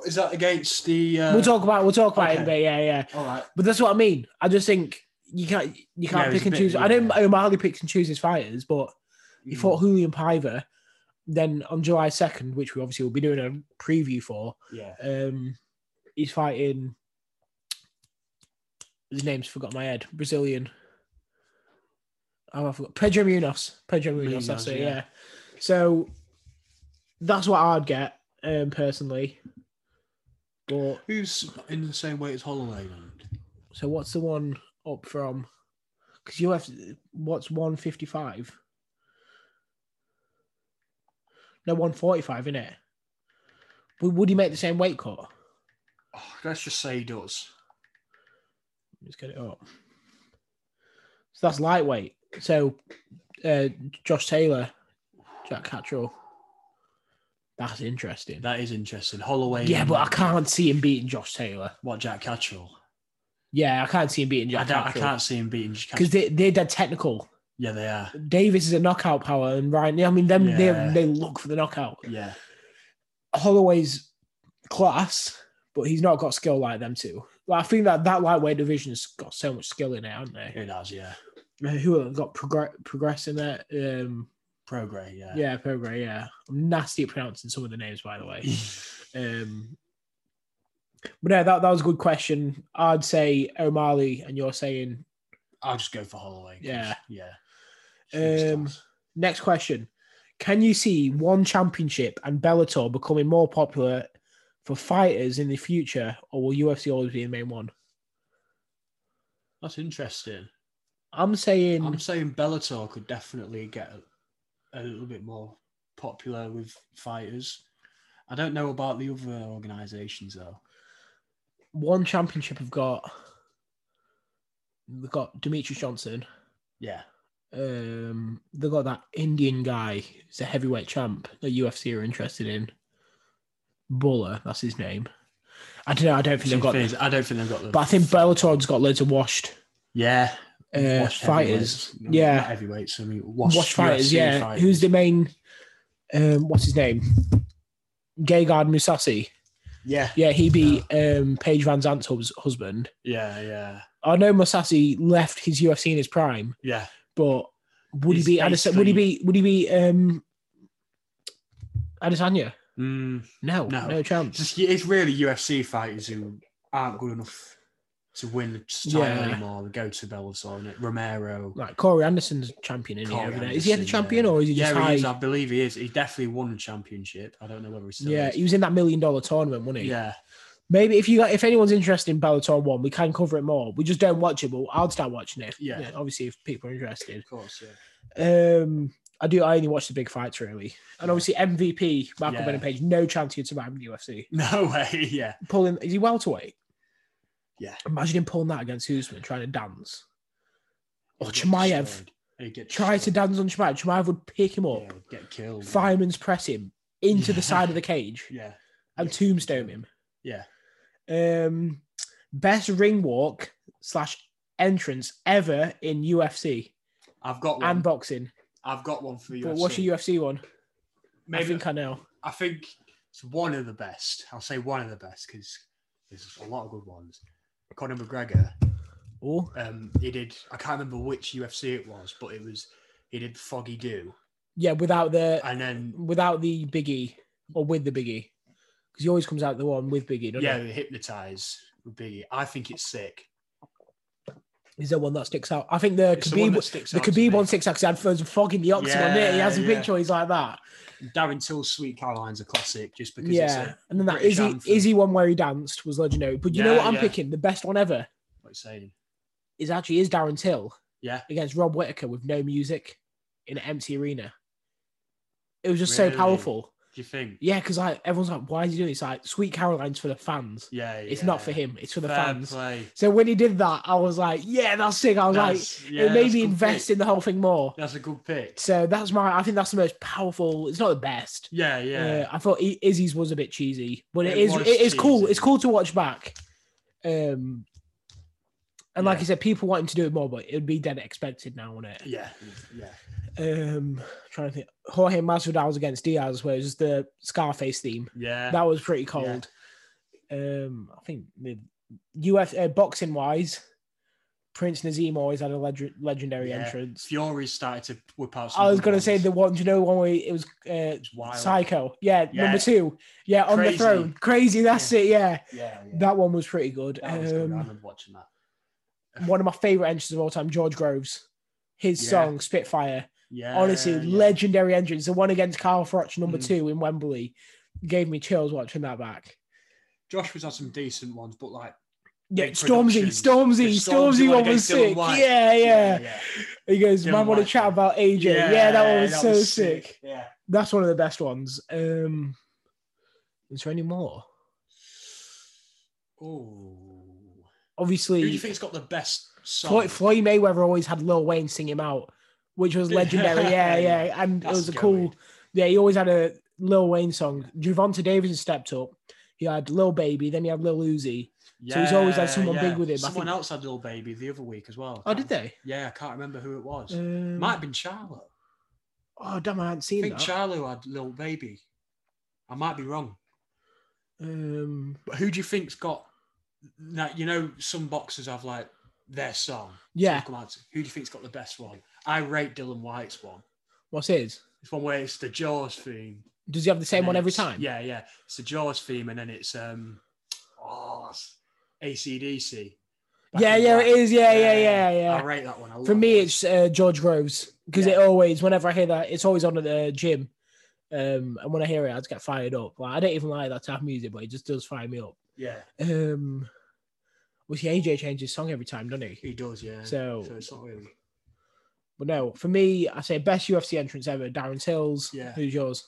S2: Is that against the? Uh,
S1: we'll talk about we'll talk about it,
S2: okay.
S1: but yeah, yeah.
S2: All right.
S1: But that's what I mean. I just think you can't you can't
S2: No, he's
S1: pick and
S2: a bit-
S1: choose. I know
S2: yeah.
S1: O'Malley picks and chooses fighters, but he
S2: Mm.
S1: fought Julian Paiva. Then on July 2nd, which we obviously will be doing a preview for,
S2: Mm, Yeah.
S1: um, he's fighting. His name's forgot my head. Brazilian. Oh, I forgot. Pedro Munoz. Pedro Munoz.
S2: Munoz,
S1: that's it. Yeah.
S2: yeah.
S1: So that's what I'd get um, personally. But
S2: Who's in the same weight as Holland?
S1: so what's the one up from? Because you have what's one fifty five? No, one forty five, isn't it? But would he make the same weight cut?
S2: Oh, let's just say he does.
S1: Let's get it up. So that's lightweight. So uh, Josh Taylor, Jack Cattrall. That's interesting.
S2: That is interesting. Holloway.
S1: Yeah,
S2: and
S1: but I can't see him beating Josh Taylor.
S2: What Jack Catchall?
S1: Yeah, I can't see him beating
S2: I,
S1: Jack
S2: don't, I
S1: Cattrall
S2: can't see him beating. Jack
S1: because they they're dead technical.
S2: yeah, they are.
S1: Davis is a knockout power, and Ryan. I mean, them
S2: Yeah.
S1: they they look for the knockout.
S2: Yeah,
S1: Holloway's class, but he's not got skill like them two. Like, I think that that lightweight division's got so much skill in it, haven't they?
S2: it does. Yeah,
S1: Uh, Who have got progress progress in there? Um,
S2: pro grey. Yeah.
S1: yeah, Pogre. Yeah, I'm nasty at pronouncing some of the names, by the way. Um, but no, that, that was a good question. I'd say O'Malley, and you're saying
S2: I'll just go for Holloway. 'cause-
S1: Yeah.
S2: yeah.
S1: Um, next question: Can you see one championship and Bellator becoming more popular for fighters in the future, or will UFC always be the main one?
S2: That's interesting.
S1: I'm saying
S2: I'm saying Bellator could definitely get a, a little bit more popular with fighters. I don't know about the other organisations though.
S1: one championship. I've got we've got Demetrius Johnson.
S2: Yeah,
S1: Um, they got that Indian guy. He's a heavyweight champ. The UFC are interested in Buller. That's his name. I don't know. I don't think they've got.
S2: I don't think they've got the.
S1: But I think Bellator's got loads of washed
S2: yeah,
S1: uh,
S2: Washed
S1: fighters.
S2: heavyweights. No,
S1: yeah.
S2: not heavyweights. I mean,
S1: Watch,
S2: washed
S1: fighters,
S2: UFC
S1: yeah.
S2: fighters.
S1: Who's the main? Um, what's his name? Gegard Musasi.
S2: yeah,
S1: Yeah, he beat um, Paige Van Zant's hus- husband.
S2: yeah, yeah,
S1: I know Musasi left his UFC in his prime,
S2: yeah.
S1: but would
S2: He's
S1: he be Adesanya? Would he be? Would he be um, Adesanya?
S2: Mm,
S1: No,
S2: No.
S1: no, chance.
S2: just it's really UFC fighters who aren't good enough to win the title
S1: Yeah.
S2: anymore. They go to Bellator, innit? Romero.
S1: Like Corey Anderson's champion in here.
S2: Corey
S1: isn't he? Is he the
S2: Anderson,
S1: champion
S2: yeah.
S1: or is he just
S2: yeah,
S1: high?
S2: he is. I believe he is. He definitely won the championship. I don't know whether he's still
S1: yeah,
S2: is.
S1: he was in that million dollar tournament, wasn't he?
S2: yeah,
S1: Maybe if you if anyone's interested in Bellator one, we can cover it more. We just don't watch it, but I'll start watching it.
S2: Yeah.
S1: obviously if people are interested.
S2: of course. Yeah,
S1: Um, I do. I only watch the big fights really, and obviously MVP Michael
S2: Yeah.
S1: Bennett Page. No chance he'd survive in the UFC.
S2: no way. Yeah,
S1: Pulling is he welterweight?
S2: Yeah.
S1: Imagine him pulling that against Usman trying to dance. Or
S2: He'd get
S1: Chimaev
S2: destroyed. He'd get
S1: try Oh, to
S2: destroyed.
S1: dance on Chimaev. Chimaev would pick him up.
S2: yeah, he'd get killed.
S1: Fireman's press him into
S2: Yeah.
S1: the side of the cage
S2: Yeah,
S1: and
S2: Yeah.
S1: tombstone him.
S2: yeah.
S1: Um, best ring walk slash entrance ever in UFC
S2: I've got one.
S1: and boxing.
S2: I've got one for you.
S1: But what's your UFC one?
S2: Maybe
S1: I think I know.
S2: I think it's one of the best. I'll say one of the best because there's a lot of good ones. Conor McGregor,
S1: Oh,
S2: um, he did. I can't remember which UFC it was, but it was he did Foggy Do,
S1: yeah, without the
S2: and then
S1: without the Biggie or with the Biggie, because he always comes out the one with Biggie. Doesn't
S2: yeah,
S1: he?
S2: the Hypnotize would be. I think it's sick.
S1: is there one that sticks out? I think the
S2: It's the one
S1: Khabib
S2: that sticks
S1: the
S2: out to me.
S1: Khabib one sticks out because he had loads of fog in the octagon. didn't he? he
S2: Yeah,
S1: has a
S2: yeah.
S1: picture. He's like that.
S2: Darren Till's Sweet Caroline's a classic, just because.
S1: Yeah,
S2: It's a,
S1: and then that
S2: British
S1: Izzy
S2: anthem.
S1: Izzy one where he danced was legendary. But you know
S2: Yeah,
S1: what I'm
S2: yeah.
S1: picking? The best one ever
S2: what it's saying.
S1: is actually is Darren Till.
S2: Yeah.
S1: against Rob Whitaker with no music in an empty arena. It was just
S2: Really?
S1: so powerful.
S2: Do you think?
S1: Yeah, because like everyone's like, why is he doing this? Like, Sweet Caroline's for the fans.
S2: Yeah,
S1: It's
S2: yeah.
S1: not for him. It's for the
S2: Fair
S1: fans.
S2: play.
S1: So when he did that, I was like, yeah, that's sick. I was
S2: That's-
S1: like,
S2: yeah,
S1: it made
S2: that's
S1: me
S2: a good
S1: invest
S2: pick.
S1: in the whole thing more.
S2: That's a good pick.
S1: So that's my. I think that's the most powerful. It's not the best.
S2: Yeah, yeah.
S1: Uh, I thought I- Izzy's was a bit cheesy, but
S2: It
S1: it is.
S2: was
S1: It is cool.
S2: cheesy.
S1: It's cool to watch back. Um, and like
S2: Yeah.
S1: I said, people want him to do it more, but it would be dead expected now, wouldn't it?
S2: yeah, yeah.
S1: um trying to think Jorge Masvidal was against Diaz where it was just the Scarface theme
S2: Yeah.
S1: that was pretty cold um I think the UF uh, boxing wise Prince Nazim always had a leg- legendary
S2: Yeah.
S1: entrance
S2: Fury started to whip out. some
S1: I was
S2: good
S1: gonna say
S2: ones.
S1: the one do you know one where it was uh
S2: It's wild.
S1: Psycho yeah,
S2: Yeah.
S1: number two yeah on
S2: Crazy.
S1: the throne crazy that's it yeah
S2: Yeah, yeah.
S1: that one was pretty good,
S2: That was good. I
S1: um
S2: remember watching that.
S1: one of my favorite entrances of all time George Groves his
S2: Yeah.
S1: song Spitfire
S2: Yeah.
S1: Honestly,
S2: yeah.
S1: legendary entrance. The one against Carl Froch, number
S2: Mhm.
S1: two in Wembley, gave me chills watching that back.
S2: Joshua's had some decent ones, but like
S1: Yeah,
S2: Big
S1: Stormsy,
S2: production.
S1: Stormsy,
S2: Yeah, Stormzy
S1: Stormsy
S2: won
S1: one was
S2: against Dylan
S1: sick.
S2: White.
S1: Yeah, yeah,
S2: yeah.
S1: He goes,
S2: Dylan
S1: man, want to
S2: White,
S1: chat
S2: yeah.
S1: about AJ. Yeah, that one was so sick.
S2: Yeah.
S1: That's one of the best ones. Um, is there any more?
S2: Oh. Who do
S1: Obviously,
S2: you think's got the best song?
S1: Floyd, Floyd Mayweather always had Lil Wayne sing him out, which was legendary. Yeah,
S2: Yeah.
S1: yeah, and
S2: That's
S1: it was a
S2: good.
S1: cool. Yeah, he always had a Lil Wayne song. Javante Davis has stepped up. He had Lil Baby, then he had Lil Uzi. So he's always had
S2: Yeah,
S1: someone
S2: yeah.
S1: big with him. I
S2: Someone
S1: think-
S2: else had Little Baby the other week as well.
S1: Oh, did they?
S2: Yeah, I can't remember who it was.
S1: Um,
S2: Might have been Charlotte.
S1: oh damn, I hadn't
S2: I
S1: seen
S2: think
S1: that.
S2: Charlo had Little Baby. I might be wrong.
S1: um,
S2: But who do you think's got that? You know, some boxers have like their song.
S1: yeah,
S2: Come on, who do you think's got the best one? I rate Dylan White's one.
S1: what's his?
S2: It's one where it's the Jaws theme.
S1: Does he have the same
S2: and
S1: one
S2: then
S1: every
S2: it's-
S1: time?
S2: Yeah, yeah. It's the Jaws theme, and then it's um, oh, it's ACDC. Back
S1: yeah,
S2: in
S1: yeah,
S2: Black.
S1: it is. Yeah, yeah, yeah, yeah.
S2: I rate that one. a
S1: For
S2: lot.
S1: me, it's uh, George Groves because it
S2: Yeah.
S1: always, whenever I hear that, it's always on at the gym. Um, and when I hear it, I just get fired up. Like, I don't even like that type of music, but it just does fire me up.
S2: yeah,
S1: Um, well, see, AJ changes song every time, doesn't he?
S2: he does. Yeah.
S1: So-
S2: it's not really.
S1: But no, for me, I say best UFC entrance ever, Darren Tills.
S2: Yeah.
S1: Who's yours?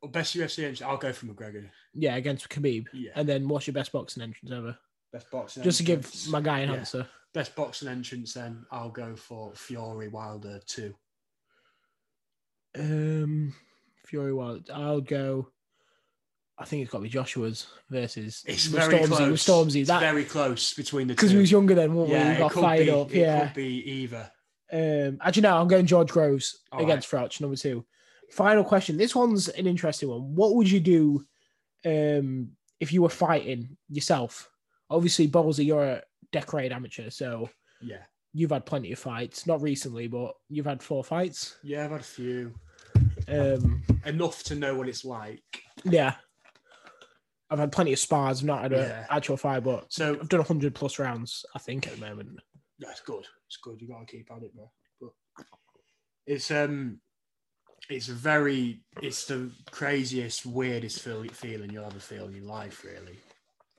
S2: Well, best UFC entrance. I'll go for McGregor.
S1: Yeah, against Khabib.
S2: Yeah.
S1: And then what's your best boxing entrance ever?
S2: best boxing.
S1: Uh, Just to give
S2: entrance.
S1: my guy an
S2: Yeah.
S1: answer.
S2: best boxing entrance, then I'll go for Fury Wilder two.
S1: Um, Fury Wild. I'll go. I think it's got to be Joshua's versus
S2: It's
S1: with
S2: very
S1: Stormzy.
S2: close.
S1: With Stormzy,
S2: It's
S1: that
S2: very close between the two.
S1: because he was younger then, weren't we?
S2: yeah,
S1: He got
S2: it could
S1: fired
S2: be,
S1: up.
S2: It
S1: Yeah.
S2: could be either.
S1: Um, actually, no, I'm going George Groves
S2: All
S1: against Frouch, number two. Final question. This one's an interesting one. What would you do um, if you were fighting yourself? Obviously, Ballsy, you're a decorated amateur, so
S2: Yeah,
S1: you've had plenty of fights. Not recently, but you've had four fights.
S2: yeah, I've had a few
S1: Um,
S2: enough to know what it's like.
S1: yeah. I've had plenty of spars. I've not had an
S2: Yeah.
S1: actual fight, but
S2: So
S1: I've done 100 plus rounds, I think, at the moment.
S2: that's good. It's good. You gotta keep at it, bro. But it's um, it's a very, it's the craziest, weirdest feel, feeling you'll ever feel in your life, really.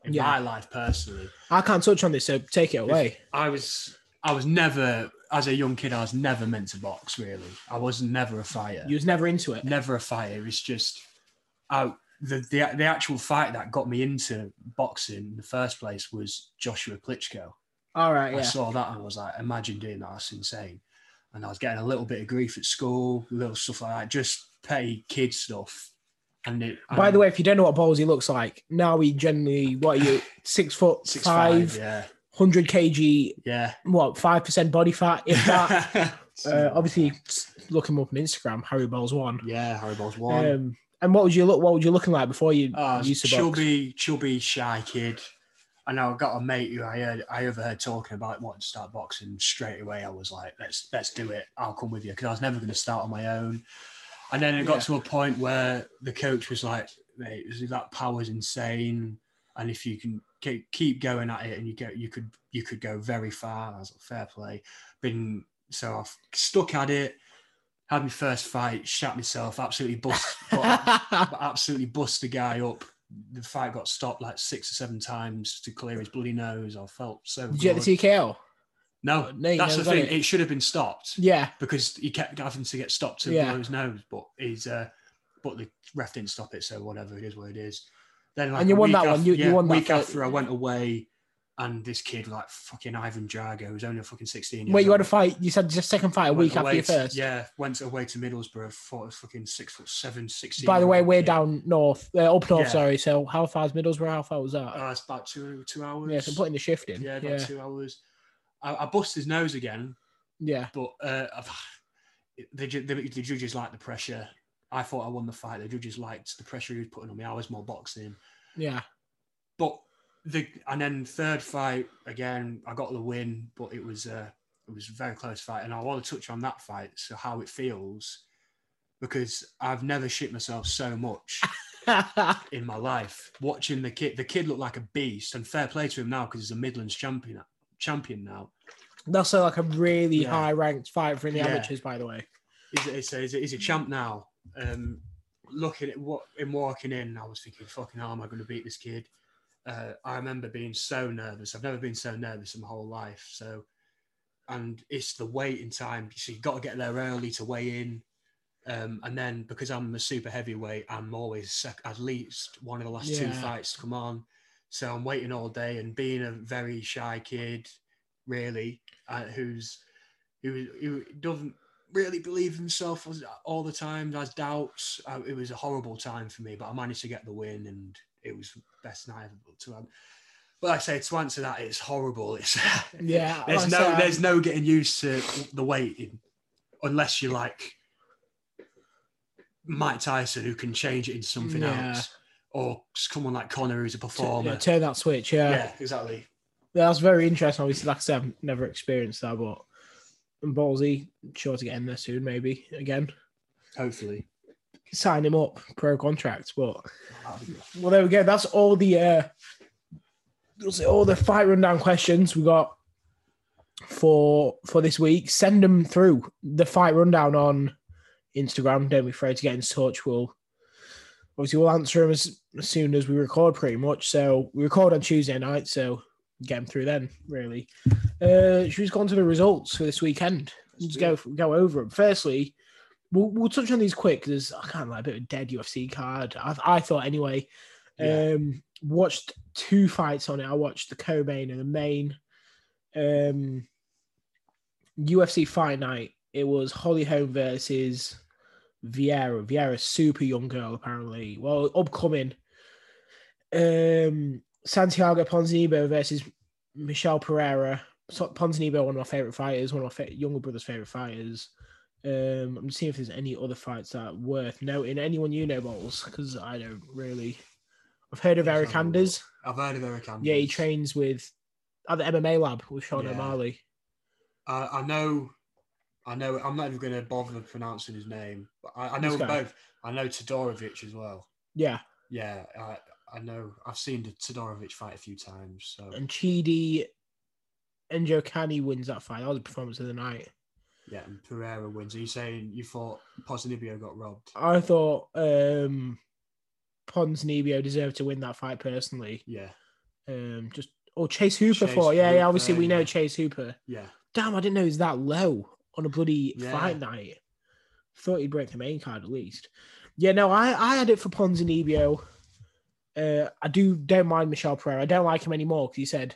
S2: In
S1: Yeah.
S2: my life, personally,
S1: I can't touch on this, so take it away.
S2: I was, I was never, as a young kid, I was never meant to box. Really, I was never a fighter.
S1: You was never into it.
S2: never a fighter. It's just I, the, the the actual fight that got me into boxing in the first place was Joshua Klitschko.
S1: All right,
S2: I
S1: yeah.
S2: saw that and I was like, imagine doing that. That's insane. And I was getting a little bit of grief at school, little stuff like that, just petty kid stuff. And it,
S1: By the way, if you don't know what Ballsy looks like, now he generally what are you six foot
S2: six
S1: five,
S2: five, yeah,
S1: hundred kg,
S2: yeah.
S1: what five percent body fat, if that. uh, obviously, look him up on Instagram, Harry Balls one.
S2: yeah, Harry Ball's one.
S1: Um, and what would you look? What would you looking like before you
S2: Oh,
S1: used to box?
S2: chubby, chubby, shy kid. And I got a mate who I heard I overheard talking about wanting to start boxing straight away. I was like, let's let's do it. I'll come with you because I was never going to start on my own. And then it got
S1: Yeah.
S2: to a point where the coach was like, mate, this- that power's insane. And if you can ke- keep going at it and you get you could you could go very far. I was like, fair play. Been so I've stuck at it, had my first fight, shat myself, absolutely bust but absolutely bust the guy up. The fight got stopped like six or seven times to clear his bloody nose. I felt so.
S1: Did you get
S2: good.
S1: the TKO?
S2: no,
S1: No, you
S2: that's
S1: never
S2: the
S1: got
S2: thing.
S1: it.
S2: It. should have been stopped
S1: Yeah,
S2: because he kept having to get stopped to
S1: Yeah.
S2: blow his nose, but he's uh, but the ref didn't stop it. So whatever it is, what it is. Then like
S1: And you
S2: a
S1: won
S2: week
S1: that one,
S2: af-
S1: you- you
S2: yeah,
S1: won that
S2: week
S1: fight.
S2: after I went away, and this kid like fucking Ivan Drago, who's only fucking sixteen. years
S1: wait, you had
S2: old,
S1: a fight. You said your second fight a
S2: went
S1: week after
S2: away
S1: your
S2: to-
S1: first.
S2: yeah, went away to Middlesbrough, fought a fucking six foot seven, 16.
S1: By the way, we're
S2: down.
S1: down north, uh, up north.
S2: Yeah.
S1: Sorry. So how far is Middlesbrough? How far was that?
S2: Uh, it's about two two hours.
S1: yeah, so I'm putting the shift in.
S2: Oh, yeah,
S1: Yeah,
S2: about
S1: yeah.
S2: two hours. I, I bust his nose again, but uh, I've, the, ju- the the judges liked the pressure. I thought I won the fight. The judges liked the pressure he was putting on me. I was more boxing,
S1: yeah.
S2: but the and then third fight again, I got the win, but it was uh, it was a very close fight, and I want to touch on that fight, so how it feels, because I've never shit myself so much in my life watching the kid. The kid looked like a beast, and fair play to him now because he's a Midlands champion champion now.
S1: That's uh, like a really
S2: Yeah.
S1: high ranked fight for the
S2: Yeah.
S1: amateurs, by the way.
S2: He's, he's, he's, he's a champ now. Um, looking at what him walking in, I was thinking, fucking, how am I going to beat this kid? Uh, I remember being so nervous. I've never been so nervous in my whole life. So, and it's the waiting time. So you've got to get there early to weigh in. Um, and then because I'm a super heavyweight, I'm always sec- at least one of the last two
S1: Yeah.
S2: fights to come on. So I'm waiting all day and being a very shy kid, really, uh, who's who, who doesn't really believe himself was- all the time, has doubts. Uh, it was a horrible time for me, but I managed to get the win and it was best night ever. But to, um, but like I say to answer that, it's horrible. It's
S1: Yeah, um,
S2: there's
S1: like I
S2: no
S1: say, I'm-
S2: there's no getting used to the waiting unless you're like Mike Tyson who can change it into something
S1: Yeah.
S2: else or someone like Connor who's a
S1: T- yeah,
S2: performer.
S1: turn that switch. Yeah.
S2: yeah, exactly.
S1: Yeah, that's very interesting. Obviously, like I said, I've never experienced that, but I'm ballsy. Sure to get in there soon, maybe again.
S2: Hopefully.
S1: Sign him up, pro contract. But
S2: That'd be good.
S1: well, there we go. That's all the uh, that's all the fight rundown questions we got for for this week. Send them through the fight rundown on Instagram. Don't be afraid to get in touch. We'll obviously we'll answer them as, as soon as we record, pretty much. So we record on Tuesday night, so get them through then. Really, uh, should we just go on to the results for this weekend? Let's
S2: do
S1: go go over them. Firstly. We'll, we'll touch on these quick because I can't lie, a bit of a dead UFC card. I, I thought anyway.
S2: Yeah.
S1: Um, watched two fights on it. I watched the co-main and the main. Um, UFC Fight Night. It was Holly Holm versus Vieira. Vieira, super young girl, apparently. Well, upcoming. Um, Santiago Ponzinibbio versus Michelle Pereira. So, Ponzinibbio, one of my favorite fighters, one of my fa- younger brother's favorite fighters. Um, I'm seeing if there's any other fights that are worth noting. Anyone you know, Bowles? Because I don't really. I've heard of
S2: Let's
S1: Eric
S2: have a
S1: Anders.
S2: I've heard of Eric Anders.
S1: Yeah, he trains with at the MMA lab with Sean
S2: Yeah.
S1: O'Malley.
S2: I, I know, I know. I'm not even going to bother pronouncing his name. But I, I know
S1: This
S2: them
S1: guy.
S2: both. I know Todorovic as well.
S1: Yeah,
S2: Yeah, I, I know. I've seen the Todorovic fight a few times. So
S1: and Chidi Enjo Kani wins that fight. That was the performance of the night.
S2: yeah, and Pereira wins. Are you saying you thought Pozinibio got robbed?
S1: I thought um Pons Nebio deserved to win that fight personally.
S2: Yeah,
S1: Um just oh Chase Hooper
S2: Chase
S1: fought. Yeah, yeah, obviously
S2: Hooper,
S1: we know
S2: yeah.
S1: Chase Hooper.
S2: yeah.
S1: Damn, I didn't know he's that low on a bloody
S2: Yeah.
S1: fight night. Thought he'd break the main card at least. Yeah, no, I, I had it for Ponzinibbio. Uh, I do don't mind Michelle Pereira. I don't like him anymore because he said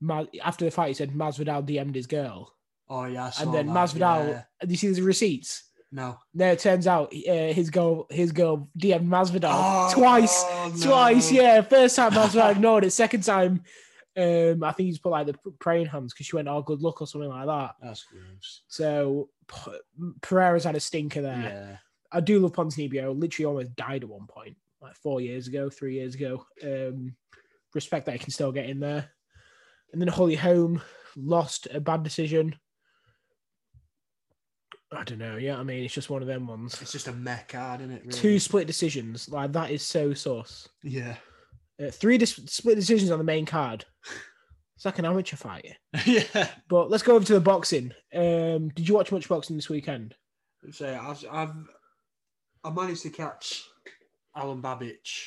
S1: Ma- after the fight he said Masvidal DM'd his girl,
S2: Oh yeah, I saw
S1: and then
S2: that,
S1: Masvidal.
S2: yeah.
S1: Do you see the receipts?
S2: No.
S1: No, it turns out uh, his girl, his girl DM'd Masvidal twice.
S2: Oh, no.
S1: Twice, yeah. First time Masvidal ignored it. Second time, um, I think he's put like the pr- praying hands because she went, "Oh, good luck" or something like that.
S2: That's gross.
S1: So P- Pereira's had a stinker there.
S2: Yeah,
S1: I do love Ponzinibbio. Literally, almost died at one point, like four years ago, three years ago. Um, respect that he can still get in there. And then Holly Holm lost a bad decision. I don't know. Yeah, I mean, it's just one of them ones
S2: it's just a meh card, isn't it? Really?
S1: two split decisions. Like that is so sauce.
S2: Yeah.
S1: Uh, three dis- split decisions on the main card. It's like an amateur fight.
S2: yeah.
S1: But let's go over to the boxing. Um, did you watch much boxing this weekend?
S2: So I've, I've I managed to catch Alan Babich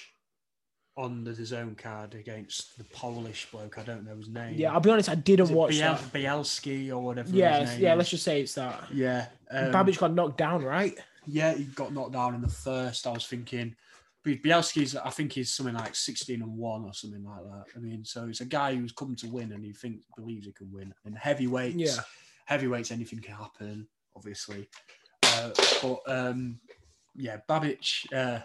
S2: on the zone card against the Polish bloke. I don't know his name.
S1: Yeah, I'll be honest, I didn't
S2: Is it
S1: watch
S2: Biel-
S1: that.
S2: Bielski or whatever. his
S1: Yeah,
S2: name
S1: yeah.
S2: is.
S1: Let's just say it's that.
S2: yeah. Um,
S1: Babbage got knocked down, right?
S2: Yeah, he got knocked down in the first. I was thinking, but Bielski's, I think he's something like 16 and 1 or something like that. I mean, so it's a guy who's come to win and he thinks, believes he can win. And heavyweights,
S1: Yeah.
S2: heavyweights, anything can happen, obviously. Uh, but um, yeah, Babich, uh,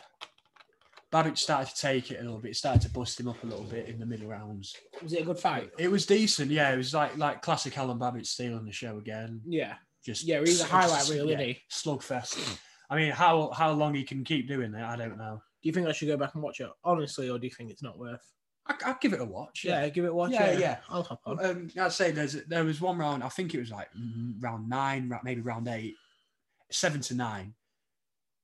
S2: Babich started to take it a little bit, He started to bust him up a little bit in the middle rounds.
S1: Was it a good fight?
S2: It was decent, yeah. It was like like classic Alan Babich stealing the show again
S1: Yeah,
S2: just
S1: yeah. He's a highlight reel,
S2: yeah,
S1: isn't he?
S2: slugfest. I mean, how how long he can keep doing that, I don't know.
S1: Do you think I should go back and watch it honestly, or do you think it's not worth?
S2: I, I'd give it a watch.
S1: Yeah, give it a watch.
S2: Yeah, yeah.
S1: I'll hop on.
S2: Um, I'd say there's there was one round. I think it was like mm, round nine, ra- maybe round eight, seven to nine,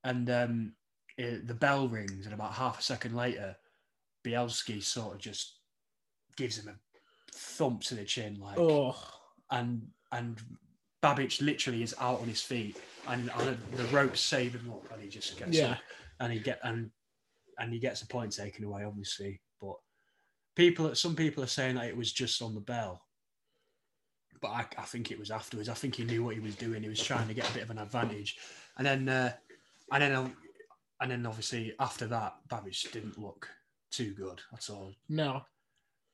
S2: and um, eh, the bell rings, and about half a second later, Bielski sort of just gives him a thump to the chin, like
S1: Oh,
S2: and and Babich literally is out on his feet, and, and the ropes save him up, and he just gets
S1: Yeah.
S2: up, and he get and and he gets a point taken away, obviously. But people, some people are saying that it was just on the bell, but I, I think it was afterwards. I think he knew what he was doing. He was trying to get a bit of an advantage, and then uh, and then uh, and then obviously after that, Babich didn't look too good at all.
S1: No,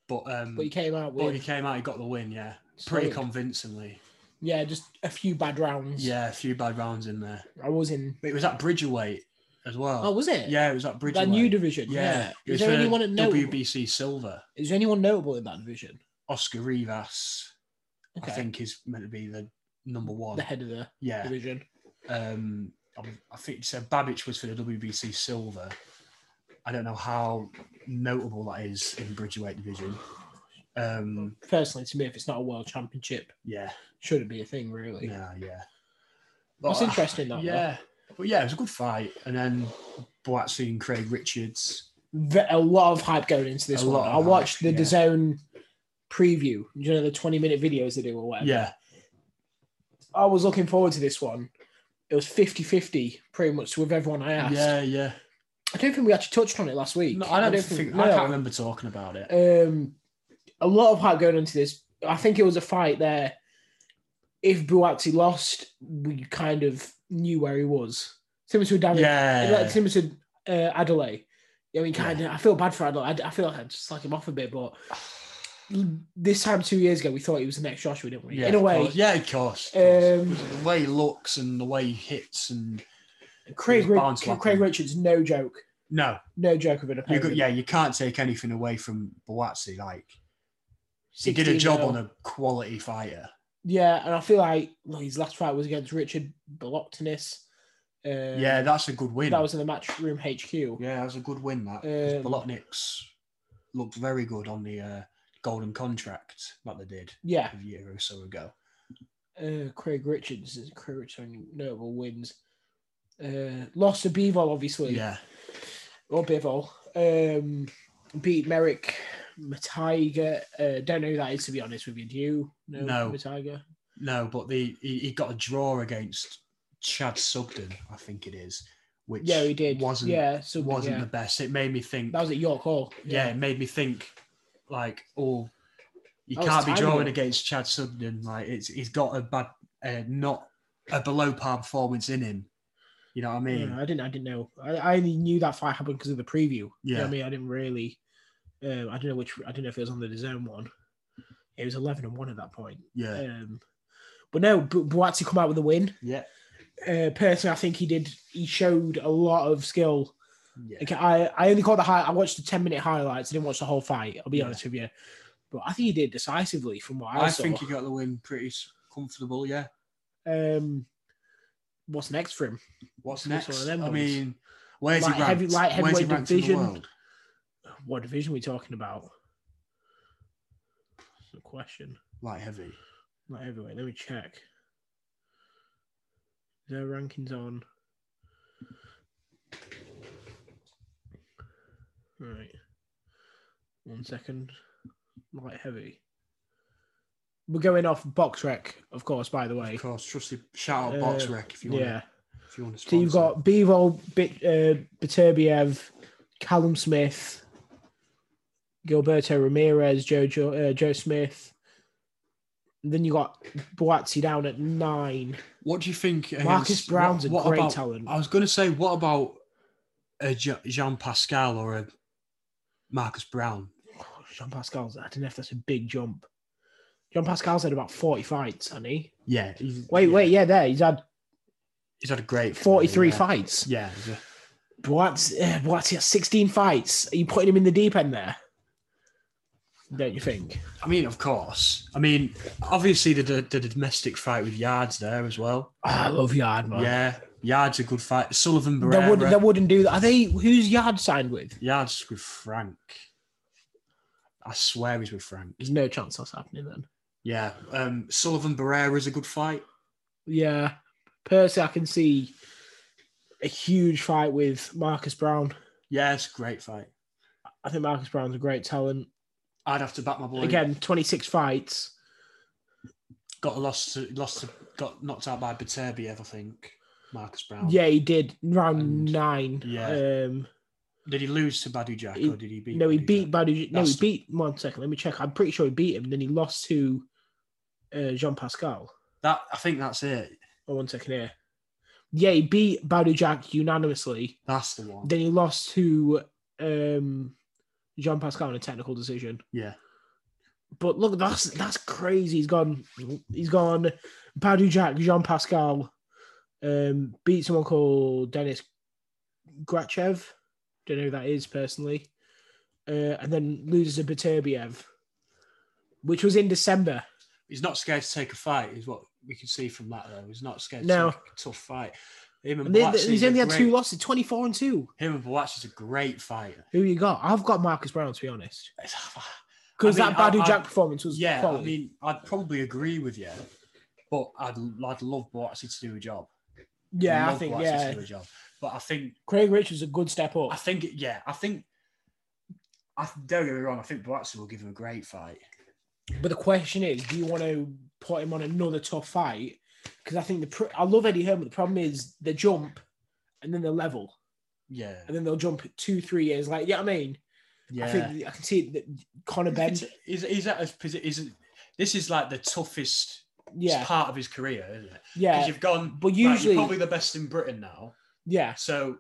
S2: But um,
S1: but he came out
S2: but he
S1: with
S2: came out, he got the win, yeah, pretty
S1: Solid.
S2: convincingly.
S1: yeah, just a few bad rounds.
S2: Yeah, a few bad rounds in there.
S1: I was in.
S2: But it was at Bridgerweight as well.
S1: Oh, was it?
S2: yeah, it was at Bridgerweight.
S1: that new division.
S2: yeah.
S1: Yeah.
S2: it
S1: Is
S2: was
S1: there
S2: for
S1: anyone at notable?
S2: WBC Silver.
S1: Is there anyone notable in that division?
S2: Oscar Rivas,
S1: Okay.
S2: I think, is meant to be the number one.
S1: the head of the
S2: yeah.
S1: division.
S2: Um, I- I think so. Babich was for the WBC Silver. I don't know how notable that is in Bridgerweight division. Um,
S1: Personally, to me, if it's not a world championship,
S2: yeah,
S1: shouldn't be a thing really.
S2: yeah, yeah.
S1: That's
S2: But- uh,
S1: interesting. That yeah,
S2: Yeah. But yeah, it was a good fight. And then Boatsy and Craig Richards.
S1: a lot of hype going into this
S2: A
S1: one.
S2: lot of
S1: I watched
S2: hype,
S1: the
S2: yeah.
S1: DAZN preview. You know the twenty-minute videos they do or whatever.
S2: Yeah.
S1: I was looking forward to this one. It was 50-50 pretty much with everyone I asked.
S2: Yeah, yeah.
S1: I don't think we actually touched on it last week.
S2: No, I don't think, I can't remember talking about it.
S1: Um, a lot of hype going into this. I think it was a fight there. If Buatsi lost, we kind of knew where he was. Similar to Damien,
S2: Yeah.
S1: like similar to uh, Adelaide. I mean, kind of. I feel bad for Adelaide. I, I feel like I just slack him off a bit, but this time two years ago, we thought he was the next Joshua, didn't we?
S2: Yeah,
S1: In a
S2: of
S1: way,
S2: course. Yeah, of course. of course.
S1: um,
S2: the way he looks and the way he hits and
S1: Craig,
S2: He was bound
S1: Rich-
S2: to happen.
S1: Craig Richards, no joke,
S2: no,
S1: no joke of an
S2: you
S1: opponent.
S2: got, yeah, you can't take anything away from Boatsy. Like he did a
S1: 16
S2: job
S1: mil.
S2: on a quality fighter.
S1: Yeah, and I feel like well, his last fight was against Richard Bloctinus. Uh,
S2: yeah, that's a good win.
S1: that was in the Matchroom HQ.
S2: yeah, that was a good win. That 'Cause
S1: Um,
S2: Bolotniks looked very good on the uh, golden contract that they did
S1: Yeah,
S2: a year or so ago.
S1: uh, Craig Richards, Craig Richards, notable wins. Uh, lost to Bivol, obviously,
S2: Yeah,
S1: or Bivol. Um, beat Merrick Matiga. Uh, don't know who that is, to be honest with you. Do you know
S2: No.
S1: Matiga?
S2: no, but the he, he got a draw against Chad Sugden, I think it is, which
S1: Yeah, he did.
S2: wasn't
S1: yeah, so
S2: wasn't
S1: yeah.
S2: the best. It made me think.
S1: that was at York Hall.
S2: yeah, it made me think like, oh, you
S1: That was
S2: can't be
S1: timely.
S2: drawing against Chad Sugden. Like it's he's got a bad, uh, not a below par performance in him. You know what I mean?
S1: Mm, I didn't. I didn't know. I, I only knew that fight happened because of the preview. You know what
S2: Yeah.
S1: I mean, I didn't really. Um, I don't know which. I don't know if it was on the DAZN one. It was eleven and one at that point.
S2: Yeah,
S1: Um, but no, Bu- Buatsi come out with a win.
S2: yeah,
S1: Uh, personally, I think he did. He showed a lot of skill.
S2: yeah.
S1: Like, I, I only caught the high. I watched the ten minute highlights. I didn't watch the whole fight. I'll be
S2: Yeah.
S1: honest with you. But I think he did decisively from what I,
S2: I
S1: saw.
S2: think he got the win pretty s- comfortable. Yeah.
S1: um, what's next for him?
S2: What's
S1: It's one of
S2: next? I
S1: them ones.
S2: mean, where's
S1: Light-
S2: he ranked?
S1: heavy- light
S2: where's he
S1: heavyweight
S2: ranked
S1: division.
S2: in the world?
S1: What division are we talking about? That's a question.
S2: Light heavy.
S1: Not heavyweight. Let me check. Their rankings on. Right. One second. Light heavy. We're going off box rec, of course. By the way,
S2: Of course, trusty shout out box
S1: Uh,
S2: rec if you want.
S1: yeah.
S2: If you want to
S1: So you've
S2: sponsor.
S1: got Bivol, Bit, uh, Biterbiev, Callum Smith, Gilberto Ramirez, Joe Joe, uh, Joe Smith. Then you got Boatsy down at nine.
S2: What do you think?
S1: Marcus
S2: against-
S1: Brown's
S2: what-
S1: a
S2: what
S1: great
S2: about-
S1: talent.
S2: I was going to say, what about a Je- Jean Pascal or a Marcus Brown?
S1: Jean Pascal's. I don't know if that's a big jump. Jean Pascal's had about forty fights, hasn't he?
S2: Yeah. he's-
S1: Wait,
S2: yeah,
S1: wait, yeah, there he's had
S2: He's had a great
S1: forty-three
S2: yeah.
S1: fights.
S2: Yeah. he's a-
S1: Boatsy, uh, Boatsy has sixteen fights. Are you putting him in the deep end there? Don't you think?
S2: I mean, of course. I mean, obviously, the, the, the domestic fight with Yards there as well.
S1: Ah, I love Yard, man.
S2: Yeah. Yards a good fight. Sullivan
S1: They
S2: Barrera.
S1: wouldn't, they wouldn't do that. Are they who's Yard signed with?
S2: Yards with Frank. I swear he's with Frank.
S1: There's no chance that's happening then.
S2: Yeah. Um, Sullivan Barrera is a good fight.
S1: Yeah. Personally, I can see a huge fight with Marcus Brown.
S2: Yeah, it's a great fight.
S1: I think Marcus Brown's a great talent.
S2: I'd have to back my boy
S1: Again, 26 fights.
S2: got lost to lost to got knocked out by Beterbiev, I think. Marcus Brown.
S1: Yeah, he did round
S2: And-
S1: nine.
S2: yeah.
S1: Um,
S2: Did he lose to Badu Jack
S1: He-
S2: or did he beat?
S1: no, he
S2: Badu
S1: beat
S2: Jack?
S1: Badu. No, he
S2: That's-
S1: beat. One second, let me check. I'm pretty sure he beat him. Then he lost to uh, Jean Pascal.
S2: that. I think that's it.
S1: Oh, one second here. Yeah, he beat Badu Jack unanimously.
S2: That's the one.
S1: Then he lost to um, Jean Pascal in a technical decision.
S2: Yeah.
S1: But look, that's that's crazy. He's gone. He's gone. Badu Jack, Jean Pascal, um, beat someone called Dennis Grachev. Don't know who that is personally. Uh, and then loses to Beterbiev, which was in December.
S2: He's not scared to take a fight, is what we can see from that though. He's not scared
S1: No.
S2: to take a tough fight. Him and
S1: And they, he's
S2: Boatsy is a
S1: only had two
S2: great-
S1: losses, twenty-four and two.
S2: Him and Boatsy is a great fighter.
S1: Who you got? I've got Marcus Brown to be honest,
S2: It's-
S1: because
S2: I mean,
S1: that Badu
S2: I- I-
S1: Jack performance was
S2: Yeah,
S1: quality.
S2: I mean, I'd probably agree with you, but I'd I'd love Boatsy to do a job.
S1: yeah, I
S2: Love
S1: think
S2: Boatsy
S1: yeah.
S2: to do a job. But I think
S1: Craig Richards a good step
S2: I
S1: up.
S2: think, yeah, I think. I don't get me wrong. I think Boatsy will give him a great fight.
S1: But the question is, do you want to put him on another tough fight? Because I think the pr- I love Eddie Hearn, but the problem is they jump and then they're level,
S2: Yeah,
S1: and then they'll jump two, three years. Like, yeah, you know what I mean,
S2: yeah.
S1: I think I can see that Conor Ben,
S2: It's- is is that a, is this is like the toughest
S1: yeah,
S2: part of his career, isn't it? Because
S1: yeah,
S2: you've gone,
S1: but
S2: right, you're
S1: usually-
S2: probably the best in Britain now.
S1: yeah,
S2: So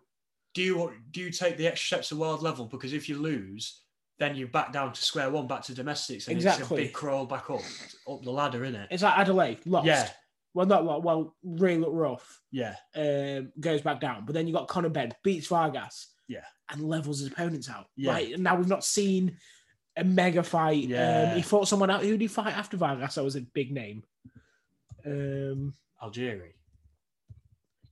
S2: do you do you take the extra steps to world level? Because if you lose, then you're back down to square one, back to domestics, and it's a
S1: Exactly.
S2: big crawl back up up the ladder, isn't it?
S1: it's like Adelaide lost.
S2: Yeah,
S1: Well, not lost. Well, really looked rough.
S2: yeah,
S1: um, goes back down. But then you got Conor Ben beats Vargas,
S2: Yeah.
S1: and levels his opponents out.
S2: Yeah.
S1: Right and now we've not seen a mega fight.
S2: Yeah.
S1: Um, he fought someone out. Who did he fight after Vargas? That was a big name. Um,
S2: Algeria.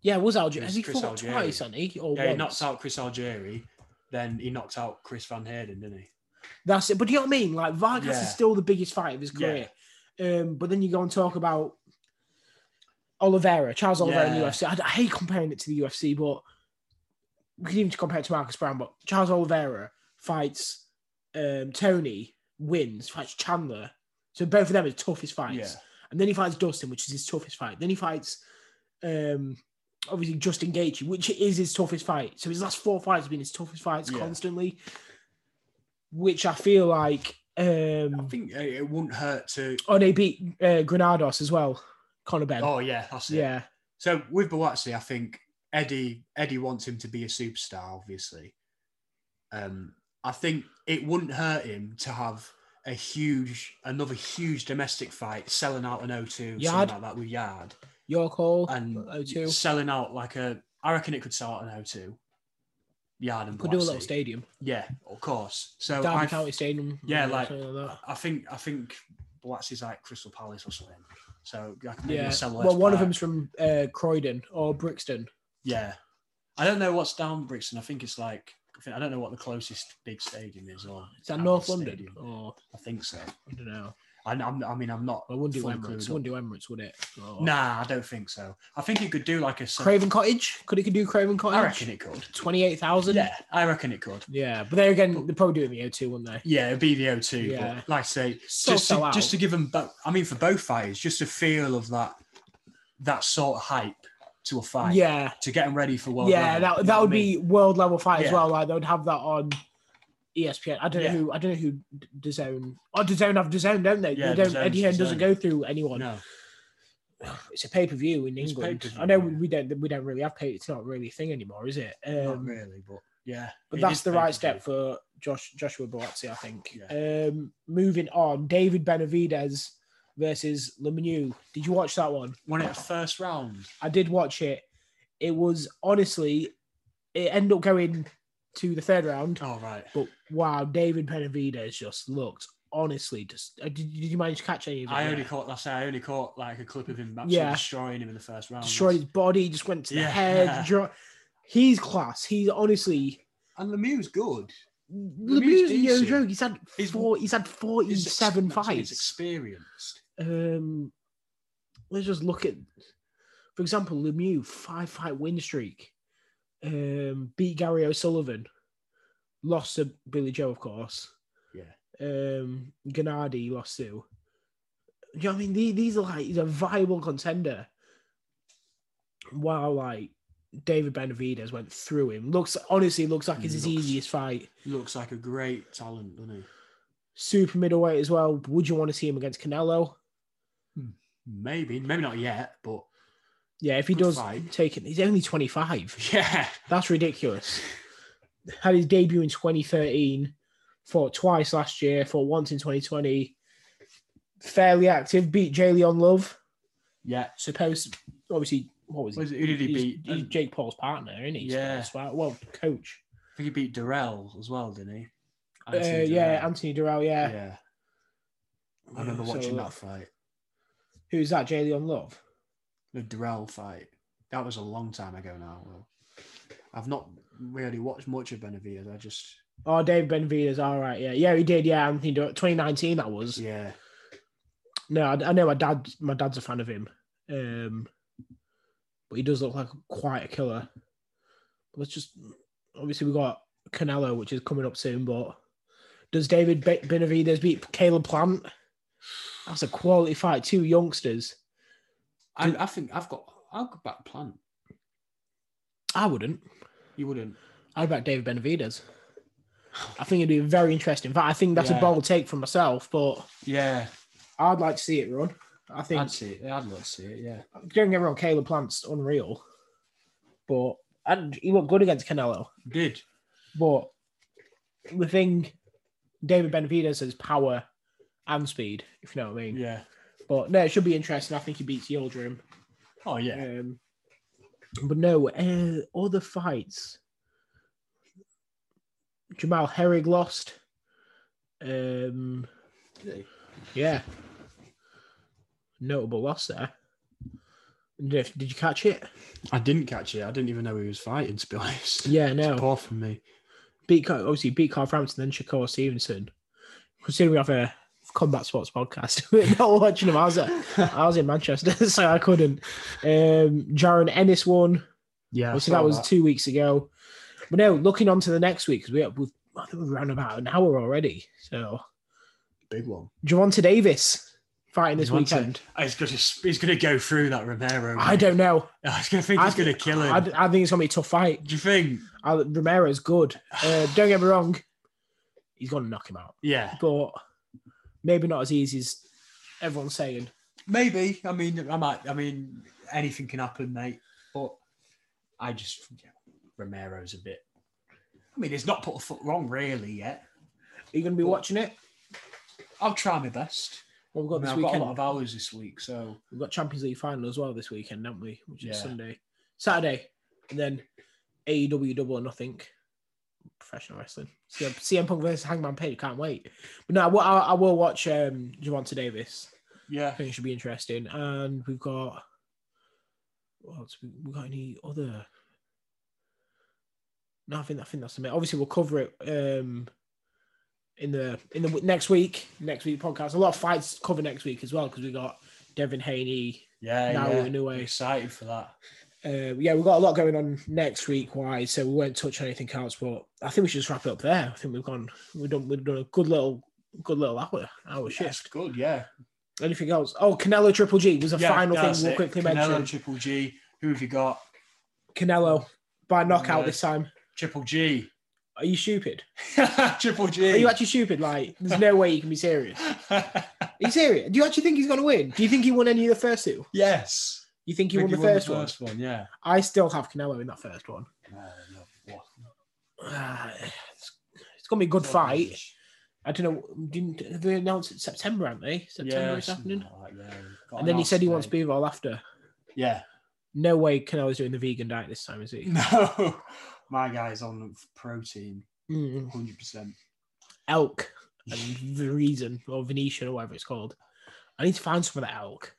S1: yeah, it was Algeria.
S2: It
S1: Has
S2: was
S1: he
S2: Chris
S1: fought
S2: Algieri.
S1: twice, hasn't he? Or
S2: Yeah, he
S1: once?
S2: knocked out Chris Algieri, then he knocked out Chris Van Heerden, didn't he?
S1: That's it. But you know what I mean? Like Vargas
S2: Yeah.
S1: is still the biggest fight of his
S2: Yeah.
S1: career. Um, but then you go and talk about Oliveira, Charles Oliveira in
S2: Yeah.
S1: the UFC. I, I hate comparing it to the UFC, but we can even compare it to Marcus Brown. But Charles Oliveira fights um, Tony, wins, fights Chandler. So both of them are the toughest fights.
S2: Yeah.
S1: And then he fights Dustin, which is his toughest fight. Then he fights um, obviously Justin Gaethje, which is his toughest fight. So his last four fights have been his toughest fights
S2: Yeah.
S1: constantly, which I feel like
S2: I
S1: um,
S2: think uh, it wouldn't hurt to.
S1: oh they beat uh, Granados as well, Conor Ben.
S2: Oh yeah, that's it.
S1: yeah,
S2: So with Boatsy, I think Eddie Eddie wants him to be a superstar, obviously. Um, I think it wouldn't hurt him to have a huge, another huge domestic fight, selling out an O2,
S1: Yard.
S2: something like that with Yard,
S1: your call.
S2: and
S1: O2
S2: selling out like a. I reckon it could sell out an O2. Yard and
S1: could do a
S2: Boatsy.
S1: little stadium,
S2: Yeah, of course. So
S1: Derby
S2: Oh, I,
S1: County Stadium.
S2: Yeah,
S1: or
S2: like-
S1: something like that.
S2: I think I think Boatsy's like Crystal Palace or something. So I can maybe
S1: Yeah,
S2: sell
S1: well, one of
S2: them's.
S1: them's from uh, Croydon or Brixton.
S2: Yeah, I don't know what's down Brixton. I think it's like I, think, I don't know what the closest big stadium is. Or
S1: Is that
S2: Abbott
S1: North London?
S2: Stadium.
S1: Or
S2: I think so.
S1: I don't know.
S2: I, I'm, I mean, I'm not.
S1: I wouldn't do
S2: fully
S1: Emirates.
S2: clued
S1: Wouldn't do Emirates, would it?
S2: up.
S1: Or-
S2: Nah, I don't think so. I think it could do like a.
S1: Craven Cottage. Could it could do Craven Cottage?
S2: I reckon it could.
S1: Twenty-eight thousand.
S2: Yeah, I reckon it could.
S1: Yeah, but there again, they're probably doing the O2, wouldn't they?
S2: Yeah, it'd be the O2.
S1: Yeah.
S2: But like I say,
S1: So
S2: just,
S1: sell
S2: to,
S1: out.
S2: just to give them, bo- I mean, for both fighters, just a feel of that that sort of hype to a fight.
S1: Yeah,
S2: To get them ready for world.
S1: yeah,
S2: Level, you
S1: that
S2: know
S1: that
S2: what
S1: would
S2: I mean?
S1: be world level fight as
S2: Yeah.
S1: well. Like they would have that on E ESPN. I don't
S2: Yeah.
S1: know who I don't know who D- DAZN. Oh, DAZN have DAZN, don't they?
S2: Yeah,
S1: they don't,
S2: DAZN's
S1: Eddie Hearn doesn't go
S2: DAZN.
S1: through anyone.
S2: No.
S1: It's a pay per view in
S2: It's
S1: England.
S2: pay-per-view,
S1: I know
S2: yeah.
S1: we don't we don't really have pay. It's not really a thing anymore, is it?
S2: Not
S1: Um,
S2: really, but yeah.
S1: But
S2: it
S1: that's
S2: is
S1: the right
S2: pay-per-view.
S1: step for Josh Joshua Boazzi, I think. Um, moving on, David Benavides versus Lemieux. Did you watch that one?
S2: Won it first round.
S1: I did watch it. It was honestly, it ended up going to the third round.
S2: Oh right.
S1: But wow, David Benavides just looked honestly just. uh, Did, did you manage to catch any of it?
S2: I
S1: Yeah.
S2: only caught. That's I only caught like a clip of him absolutely
S1: Yeah.
S2: destroying him in the first round.
S1: destroyed his body, just went to the
S2: Yeah.
S1: head. Dro- he's class. He's honestly.
S2: And Lemieux's good.
S1: Lemieux,
S2: decent.
S1: Joe, he's had
S2: He's-
S1: four, he's had
S2: He's
S1: forty-seven
S2: experienced-
S1: fights.
S2: He's experienced.
S1: Um, let's just look at, for example, Lemieux five fight win streak, um, beat Gary O'Sullivan, lost to Billy Joe, of course.
S2: Yeah.
S1: Um, Gennady lost to. You know what I mean? These, these are like he's a viable contender. While like David Benavidez went through him, looks honestly looks like it's his
S2: Looks-
S1: easiest fight.
S2: Looks like a great talent, doesn't he?
S1: Super middleweight as well. Would you want to see him against Canelo?
S2: Maybe, maybe not yet, but
S1: Yeah, if he
S2: Good
S1: does
S2: fight.
S1: take it, he's only 25.
S2: yeah,
S1: That's ridiculous. Had his debut in 2013, fought twice last year, fought once in 2020. Fairly active, beat Jay Leon Love.
S2: yeah.
S1: Supposed, obviously, what was he?
S2: What is it? Who did he
S1: he's,
S2: beat?
S1: He's
S2: Um,
S1: Jake Paul's partner, isn't he?
S2: Yeah.
S1: So, well, coach.
S2: I think he beat Durrell as well, didn't he?
S1: Uh,
S2: Anthony
S1: yeah,
S2: Durrell.
S1: Anthony Durrell, yeah.
S2: yeah. I remember
S1: Yeah, so,
S2: watching
S1: uh,
S2: that fight,
S1: Who's that? Jay Leon Love?
S2: the Durrell fight. That was a long time ago now. Though. I've not really watched much of Benavidez. I just,
S1: Oh, Dave Benavides. All right, yeah, yeah, he did. Yeah, Anthony Durrell, 2019. That was.
S2: yeah,
S1: No, I, I know my dad. My dad's a fan of him, um, but he does look like quite a killer. Let's just obviously we got Canelo, which is coming up soon. But does David Be- Benavides beat Caleb Plant? That's a quality fight. Two youngsters.
S2: I, I think I've got, I'll go back plant.
S1: I wouldn't.
S2: You wouldn't.
S1: I'd back David Benavides. I think it'd be very interesting. In fact, I think that's
S2: Yeah.
S1: a bold take from myself, but
S2: Yeah,
S1: I'd like to see it run. I think
S2: I'd see it. I'd love to see it. Yeah,
S1: don't get me wrong, Caleb Plant's unreal, but and he looked good against Canelo.
S2: did.
S1: But the thing, David Benavidez has power and speed, if you know what I mean.
S2: Yeah.
S1: But no, it should be interesting. I think he beats Yildirim.
S2: Oh yeah.
S1: Um, but no, uh, other fights. Jamal Herrig lost. Um, yeah, notable loss there. Did did you catch it?
S2: I didn't catch it. I didn't even know he was fighting. To be honest,
S1: Yeah, no.
S2: It's poor from me.
S1: beat Car- obviously beat Carl Frampton, then Shakur Stevenson. Considering we have a combat sports podcast, we're not watching them. I was, at, I was in Manchester, so I couldn't. Um, Jaron Ennis won.
S2: Yeah, I
S1: Obviously,
S2: saw
S1: that was two weeks ago. But no, looking on to the next week because we have, we've I think we're around about an hour already. So
S2: big one.
S1: Javante Davis fighting this
S2: Javonte.
S1: weekend.
S2: He's gonna he's gonna go through that Romero.
S1: I don't know.
S2: I was gonna think he's
S1: I-
S2: gonna kill him.
S1: I, I think it's gonna be a tough fight.
S2: Do you think?
S1: I, Romero's good. Uh, don't get me wrong. He's gonna knock him out.
S2: Yeah,
S1: but maybe not as easy as everyone's saying.
S2: maybe. I mean, I might. I mean, anything can happen, mate. But I just yeah, Romero's a bit. I mean, he's not put a foot wrong really yet.
S1: Are you going to be watching it?
S2: I'll try my best.
S1: Well, we've
S2: I
S1: got
S2: mean,
S1: this
S2: I've got a
S1: weekend.
S2: lot of hours this week, so
S1: We've got Champions League final as well this weekend, haven't we? Which is
S2: Yeah.
S1: Sunday, Saturday, and then AEW Double or Nothing, professional wrestling. CM, CM Punk versus Hangman Page. Can't wait. But no, I, will- I, I will watch um, Javante Davis. I
S2: yeah.
S1: think it should be interesting. And we've got what else? We we got any other? No, I think I think that's it. Obviously, we'll cover it um, in the in the w- next week next week podcast. A lot of fights to cover next week as well because we got Devin Haney.
S2: Yeah,
S1: Now
S2: yeah.
S1: we're in a way.
S2: excited for that.
S1: Uh, yeah, we've got a lot going on next week wise, so we won't touch on anything else. But I think we should just wrap it up there. I think we've gone we've done we've done a good little good little hour hour
S2: That's
S1: shift.
S2: good. Yeah,
S1: Anything else? Oh, Canelo Triple G was the
S2: Yeah,
S1: final thing
S2: that's
S1: we'll
S2: it.
S1: quickly
S2: Canelo,
S1: mention.
S2: Triple G. Who have you got?
S1: Canelo by knockout
S2: Yeah.
S1: this time.
S2: Triple G.
S1: Are you stupid?
S2: Triple G.
S1: Are you actually stupid? Like, there's no way you can be serious. Are you serious? Do you actually think he's going to win? Do you think he won any of the first two?
S2: yes.
S1: You think he
S2: Think
S1: won the first one?
S2: first one. Yeah.
S1: I still have Canelo in that first one. Ah, it's it's going to be a
S2: Oh,
S1: good fight. I don't know. Didn't they announce it September, aren't they? September
S2: Yeah,
S1: is
S2: something
S1: happening.
S2: like that, yeah. Got
S1: And then he
S2: announced
S1: said he wants
S2: today.
S1: Bivol after.
S2: Yeah.
S1: No way Canelo's doing the vegan diet this time, is he?
S2: No. My guy's on protein,
S1: Mm.
S2: 100%.
S1: elk and Verizon or Venetian or whatever it's called. I need to find some of that elk.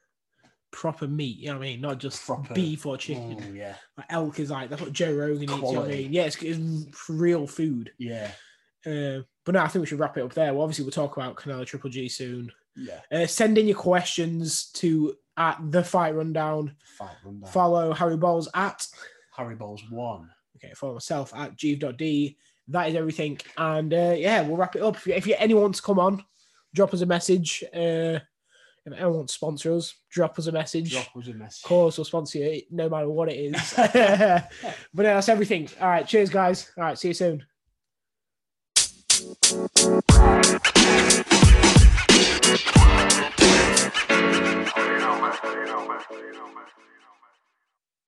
S1: Proper meat, you know what I mean? Not just
S2: Proper-
S1: beef or
S2: Oh,
S1: chicken.
S2: yeah.
S1: Like, elk is like, that's what Joe Rogan eats, you know what I
S2: Quality.
S1: mean? Yeah, it's, it's real food.
S2: Yeah.
S1: Uh, but no, I think we should wrap it up there. Well, obviously, we'll talk about Canelo Triple G soon.
S2: Yeah.
S1: Uh, send in your questions to at the fight rundown.
S2: Fight rundown.
S1: Follow Harry Balls at
S2: Harry Bowles won.
S1: okay, follow myself at Jeeve.d. That is everything. And uh, yeah, we'll wrap it up. If you, if you anyone wants to come on, drop us a message. Uh, If anyone wants to sponsor us, drop us a message.
S2: Drop us a message.
S1: Of course, we'll sponsor you no matter what it is. but yeah, that's everything. All right, cheers, guys. All right, see you soon.
S3: You know, man. You know, man. You know, man.